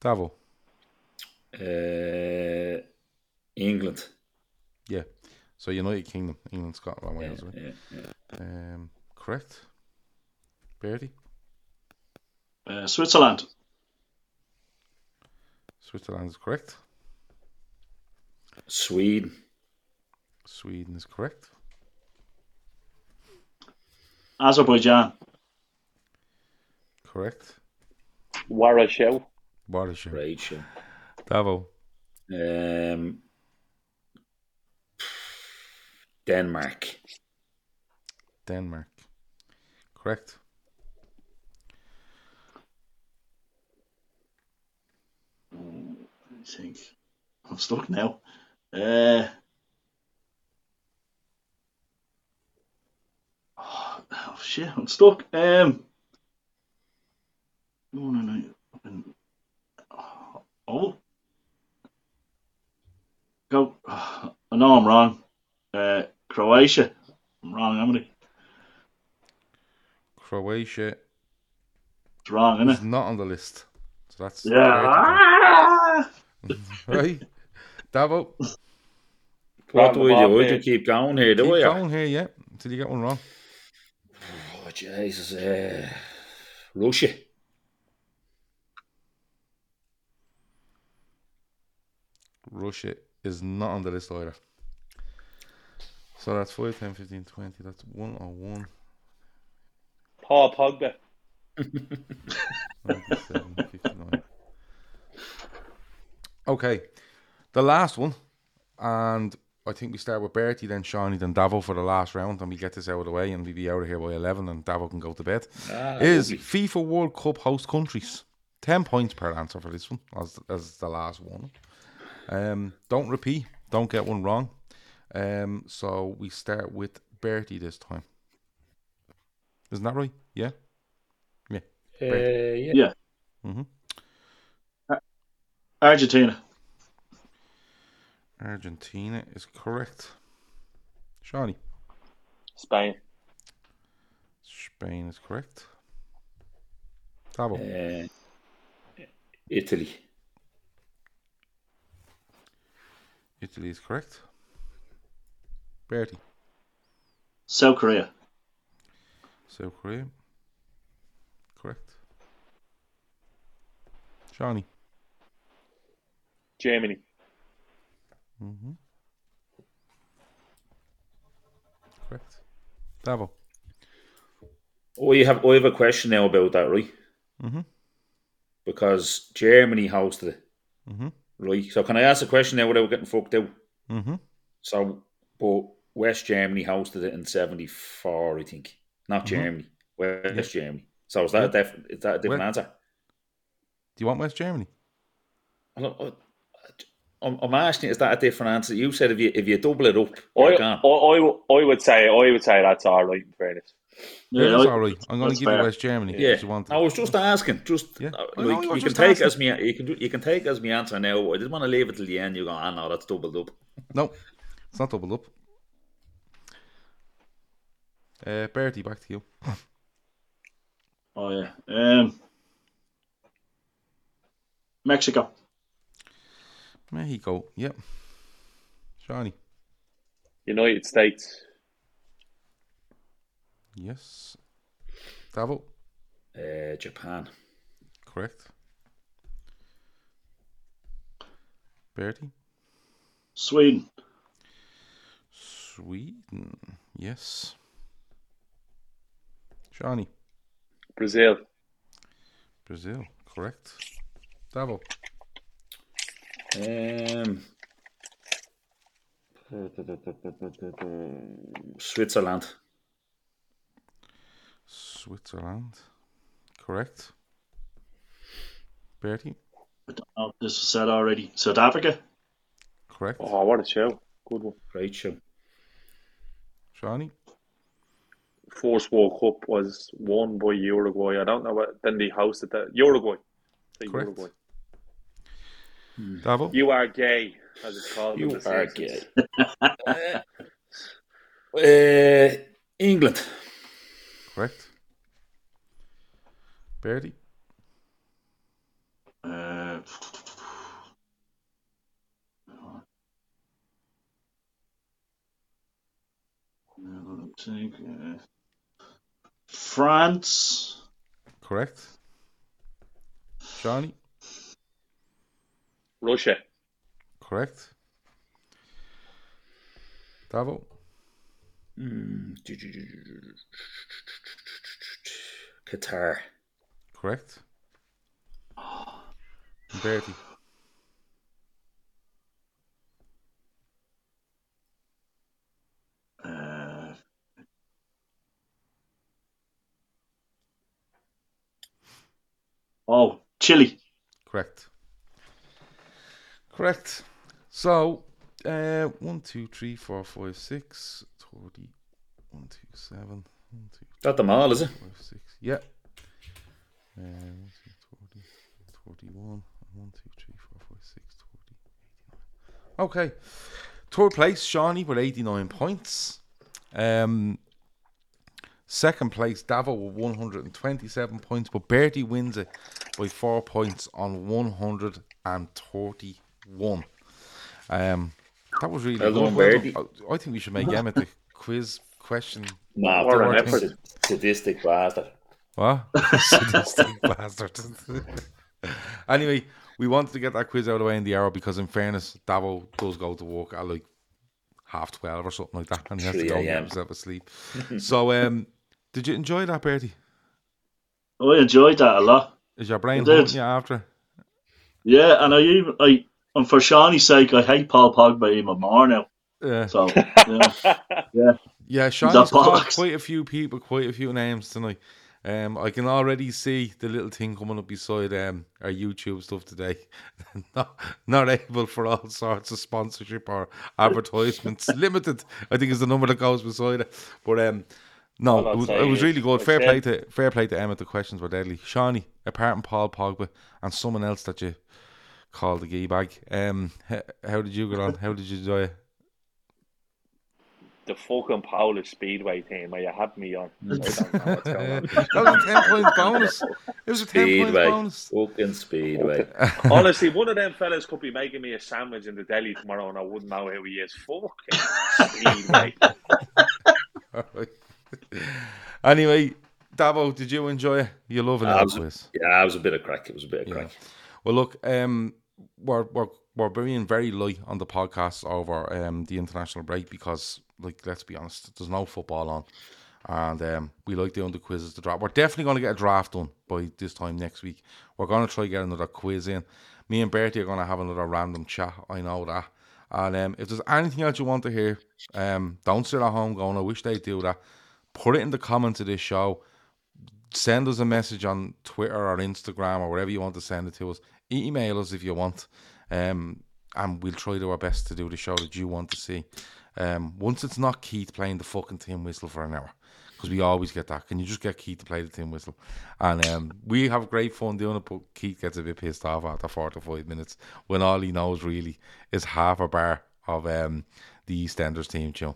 [SPEAKER 4] Davo,
[SPEAKER 7] uh, England.
[SPEAKER 4] yeah. So United Kingdom, England, Scotland, Wales, right?
[SPEAKER 7] Yeah,
[SPEAKER 4] Um, correct. Bertie,
[SPEAKER 6] Uh, Switzerland.
[SPEAKER 4] Switzerland is correct.
[SPEAKER 7] Sweden,
[SPEAKER 4] Sweden is correct.
[SPEAKER 6] Azerbaijan.
[SPEAKER 4] Correct.
[SPEAKER 5] Warsaw.
[SPEAKER 4] Barisham.
[SPEAKER 7] Rachel,
[SPEAKER 4] Davo,
[SPEAKER 7] um, Denmark,
[SPEAKER 4] Denmark. Correct.
[SPEAKER 6] I think I'm stuck now. Uh, oh, oh, shit, I'm stuck. Um, no, no, no. fucking- Oh, go. I know I'm wrong. Uh, Croatia. I'm wrong, am I?
[SPEAKER 4] Croatia
[SPEAKER 6] It's wrong, isn't it?
[SPEAKER 4] is not on the list. So that's
[SPEAKER 6] Yeah.
[SPEAKER 4] right. Davo,
[SPEAKER 7] What do we
[SPEAKER 5] Round the
[SPEAKER 7] do? We
[SPEAKER 5] ball,
[SPEAKER 7] do keep going here, do
[SPEAKER 4] keep
[SPEAKER 7] we?
[SPEAKER 4] going here, yeah, until you get one wrong.
[SPEAKER 7] Oh, Jesus. Uh, Russia.
[SPEAKER 4] Russia is not on the list either. So that's 5, 10, 15, 20. That's 101,
[SPEAKER 5] Paul Pogba.
[SPEAKER 4] 97, 59. Okay. The last one. And I think we start with Bertie, then Shawnee, then Davo for the last round. And we get this out of the way and we be out of here by 11 and Davo can go to bed. is FIFA World Cup host countries. 10 points per answer for this one, as, as the last one. Um, don't repeat. Don't get one wrong. Um, so we start with Bertie this time. Isn't that right? Yeah. Yeah.
[SPEAKER 7] Uh, yeah.
[SPEAKER 6] Yeah.
[SPEAKER 4] Mhm.
[SPEAKER 6] Ar- Argentina.
[SPEAKER 4] Argentina is correct. Shawnee.
[SPEAKER 5] Spain.
[SPEAKER 4] Spain is correct. Davo.
[SPEAKER 6] Eh.
[SPEAKER 7] Uh, Italy.
[SPEAKER 4] Italy is correct. Bertie.
[SPEAKER 6] South Korea.
[SPEAKER 4] South Korea. Correct. Shawnee.
[SPEAKER 5] Germany.
[SPEAKER 4] Correct. Davo.
[SPEAKER 7] Oh, you have, I have a question now about that, right?
[SPEAKER 4] Mm-hmm.
[SPEAKER 7] Because Germany hosted it.
[SPEAKER 4] Mhm.
[SPEAKER 7] Right. So, can I ask a question now without getting fucked out?
[SPEAKER 4] Mm-hmm.
[SPEAKER 7] So, but West Germany hosted it in 74, I think. Not Germany. West Germany. So, is that, a, def- is that a different
[SPEAKER 4] Well-
[SPEAKER 7] answer?
[SPEAKER 4] Do you want West Germany?
[SPEAKER 7] I don't- I- oh, I'm, I'm asking, is that a different answer? You said if you if you double it up, you're
[SPEAKER 5] I,
[SPEAKER 7] gone.
[SPEAKER 5] I, I, I would say I would say that's all right in fairness.
[SPEAKER 6] Yeah,
[SPEAKER 4] That's
[SPEAKER 6] I-
[SPEAKER 4] all right. I'm going to
[SPEAKER 6] that's
[SPEAKER 4] give you
[SPEAKER 6] fair.
[SPEAKER 4] West Germany
[SPEAKER 7] Yeah,
[SPEAKER 4] if you want.
[SPEAKER 7] I was just asking. Just
[SPEAKER 4] Yeah.
[SPEAKER 7] uh,
[SPEAKER 4] I know,
[SPEAKER 7] like,
[SPEAKER 4] you
[SPEAKER 7] you,
[SPEAKER 4] were
[SPEAKER 7] can
[SPEAKER 4] just
[SPEAKER 7] take
[SPEAKER 4] asking.
[SPEAKER 7] as me. You can do- you can take as me answer now. But I didn't want to leave it till the end. You go, ah, no, that's doubled up.
[SPEAKER 4] No, it's not doubled up. Uh, Bertie, back to you.
[SPEAKER 6] Oh yeah. Um, Mexico.
[SPEAKER 4] Mexico, yep. Shiny,
[SPEAKER 5] United States,
[SPEAKER 4] yes. Davo,
[SPEAKER 7] Uh, Japan,
[SPEAKER 4] correct. Bertie,
[SPEAKER 6] Sweden.
[SPEAKER 4] Sweden, yes. Shiny,
[SPEAKER 5] Brazil,
[SPEAKER 4] Brazil, correct. Davo,
[SPEAKER 7] um, Switzerland,
[SPEAKER 4] Switzerland, correct. Bertie,
[SPEAKER 6] I don't know if this was said already. South Africa.
[SPEAKER 4] correct.
[SPEAKER 5] Oh, what a show. Good one.
[SPEAKER 7] great show.
[SPEAKER 4] Shiny,
[SPEAKER 5] First World Cup was won by Uruguay. I don't know what. Then they hosted that. Uruguay. Say
[SPEAKER 4] Correct.
[SPEAKER 5] Uruguay.
[SPEAKER 4] Davo,
[SPEAKER 5] You are gay, as it's called. in
[SPEAKER 7] You
[SPEAKER 5] the
[SPEAKER 7] are
[SPEAKER 5] Simpsons.
[SPEAKER 7] gay. uh, England,
[SPEAKER 4] correct. Bertie,
[SPEAKER 6] Uh, uh, France.
[SPEAKER 4] correct. Shiny,
[SPEAKER 5] Russia.
[SPEAKER 4] Correct. Davo,
[SPEAKER 7] Qatar,
[SPEAKER 4] correct. Bertie,
[SPEAKER 6] Uh, oh, Chile.
[SPEAKER 4] correct. Correct. So, uh, one, two, three, four, five, six, thirty, one, two, seven, one, two,
[SPEAKER 7] not them all, is it?
[SPEAKER 4] five, six. Yeah. Uh, one, two, 40, 41, one, two, three, four, five, six, 40, 89. Okay. Third place, Shawnee with 89 points. Um, second place, Davo with 127 points, but Bertie wins it by four points on 131. Um, that was really
[SPEAKER 7] Well
[SPEAKER 4] good.
[SPEAKER 7] done, Bertie.
[SPEAKER 4] I I think we should make Emmett the quiz question
[SPEAKER 7] No,
[SPEAKER 5] Or
[SPEAKER 4] an
[SPEAKER 7] don't
[SPEAKER 4] effort.
[SPEAKER 7] think so. Sadistic bastard.
[SPEAKER 4] What? Sadistic bastard. anyway, we wanted to get that quiz out of the way in the hour because, in fairness, Davo does go to work at like half 12 or something like that, and he has to
[SPEAKER 7] 3
[SPEAKER 4] go and get
[SPEAKER 7] a.m..
[SPEAKER 4] himself asleep. so, um, did you enjoy that, Bertie?
[SPEAKER 6] Oh, I enjoyed that a lot.
[SPEAKER 4] Is your brain
[SPEAKER 6] I did.
[SPEAKER 4] haunting you after?
[SPEAKER 6] Yeah, and I even I and for Shawnee's sake, I hate Paul Pogba even more now.
[SPEAKER 4] Uh,
[SPEAKER 6] So yeah,
[SPEAKER 4] yeah, Sean's called
[SPEAKER 6] bollocks.
[SPEAKER 4] quite a few people, quite a few names tonight. Um, I can already see the little thing coming up beside um, our YouTube stuff today. not, not able for all sorts of sponsorship or advertisements. Limited, I think, is the number that goes beside it. But um, no,
[SPEAKER 5] I'll
[SPEAKER 4] it was,
[SPEAKER 5] tell
[SPEAKER 4] it was
[SPEAKER 5] you,
[SPEAKER 4] really good.
[SPEAKER 5] I
[SPEAKER 4] Fair play
[SPEAKER 5] said-
[SPEAKER 4] to fair play to Emmett. The questions were deadly. Shawnee, apart from Paul Pogba and someone else that you called the gay bag. Um, h- how did you get on? How did you enjoy it?
[SPEAKER 5] The fucking Polish Speedway team. Where you had me on. I don't know what's going on.
[SPEAKER 4] that was a 10 point bonus. It was a 10 point
[SPEAKER 7] Speedway,
[SPEAKER 4] bonus.
[SPEAKER 7] fucking Speedway.
[SPEAKER 5] Honestly, one of them fellas could be making me a sandwich in the deli tomorrow and I wouldn't know who he is. Fucking Speedway.
[SPEAKER 4] anyway, Davo, did you enjoy it? You're loving it,
[SPEAKER 7] Abs-
[SPEAKER 4] quiz.
[SPEAKER 7] Yeah, it was a bit of crack. It was a bit of
[SPEAKER 4] Yeah.
[SPEAKER 7] crack.
[SPEAKER 4] Well, look, um, we're we're we're being very light on the podcast over um the international break because, like, let's be honest, there's no football on, and um, we like doing the quizzes. The draft. We're definitely going to get a draft done by this time next week. We're going to try get another quiz in. Me and Bertie are going to have another random chat. I know that. And um, if there's anything else you want to hear, um, don't sit at home going, I wish they do that. Put it in the comments of this show send us a message on Twitter or Instagram or wherever you want to send it to us. Email us if you want, um, and we'll try to our best to do the show that you want to see. Um, once it's not Keith playing the fucking tin whistle for an hour, because we always get that. Can you just get Keith to play the tin whistle? And um, we have great fun doing it, but Keith gets a bit pissed off after four to five minutes when all he knows really is half a bar of um, the EastEnders team tune.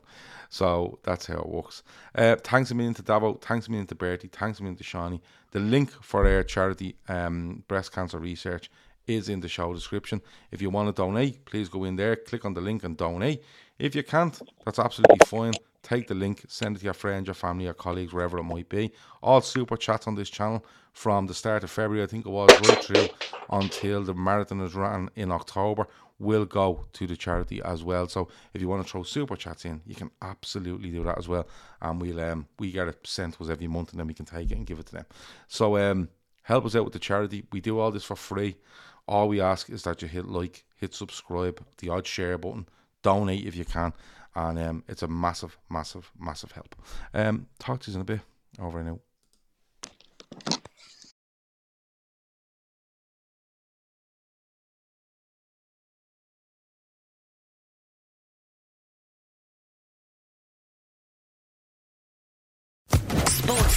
[SPEAKER 4] So that's how it works. Uh, thanks a million to Davo. Thanks a million to Bertie. Thanks a million to Shawnee. The link for our charity, um, breast cancer research, is in the show description. If you want to donate, please go in there, click on the link, and donate. If you can't, that's absolutely fine. Take the link, send it to your friends, your family, your colleagues, wherever it might be. All super chats on this channel from the start of February, I think it was, right through until the marathon is ran in October, will go to the charity as well. So if you want to throw super chats in, you can absolutely do that as well. And we'll um, we get it sent to us every month, and then we can take it and give it to them. So um, help us out with the charity. We do all this for free. All we ask is that you hit like, hit subscribe, the odd share button, donate if you can, and um, it's a massive, massive, massive help. Um, talk to you in a bit. Over and out.
[SPEAKER 1] Sports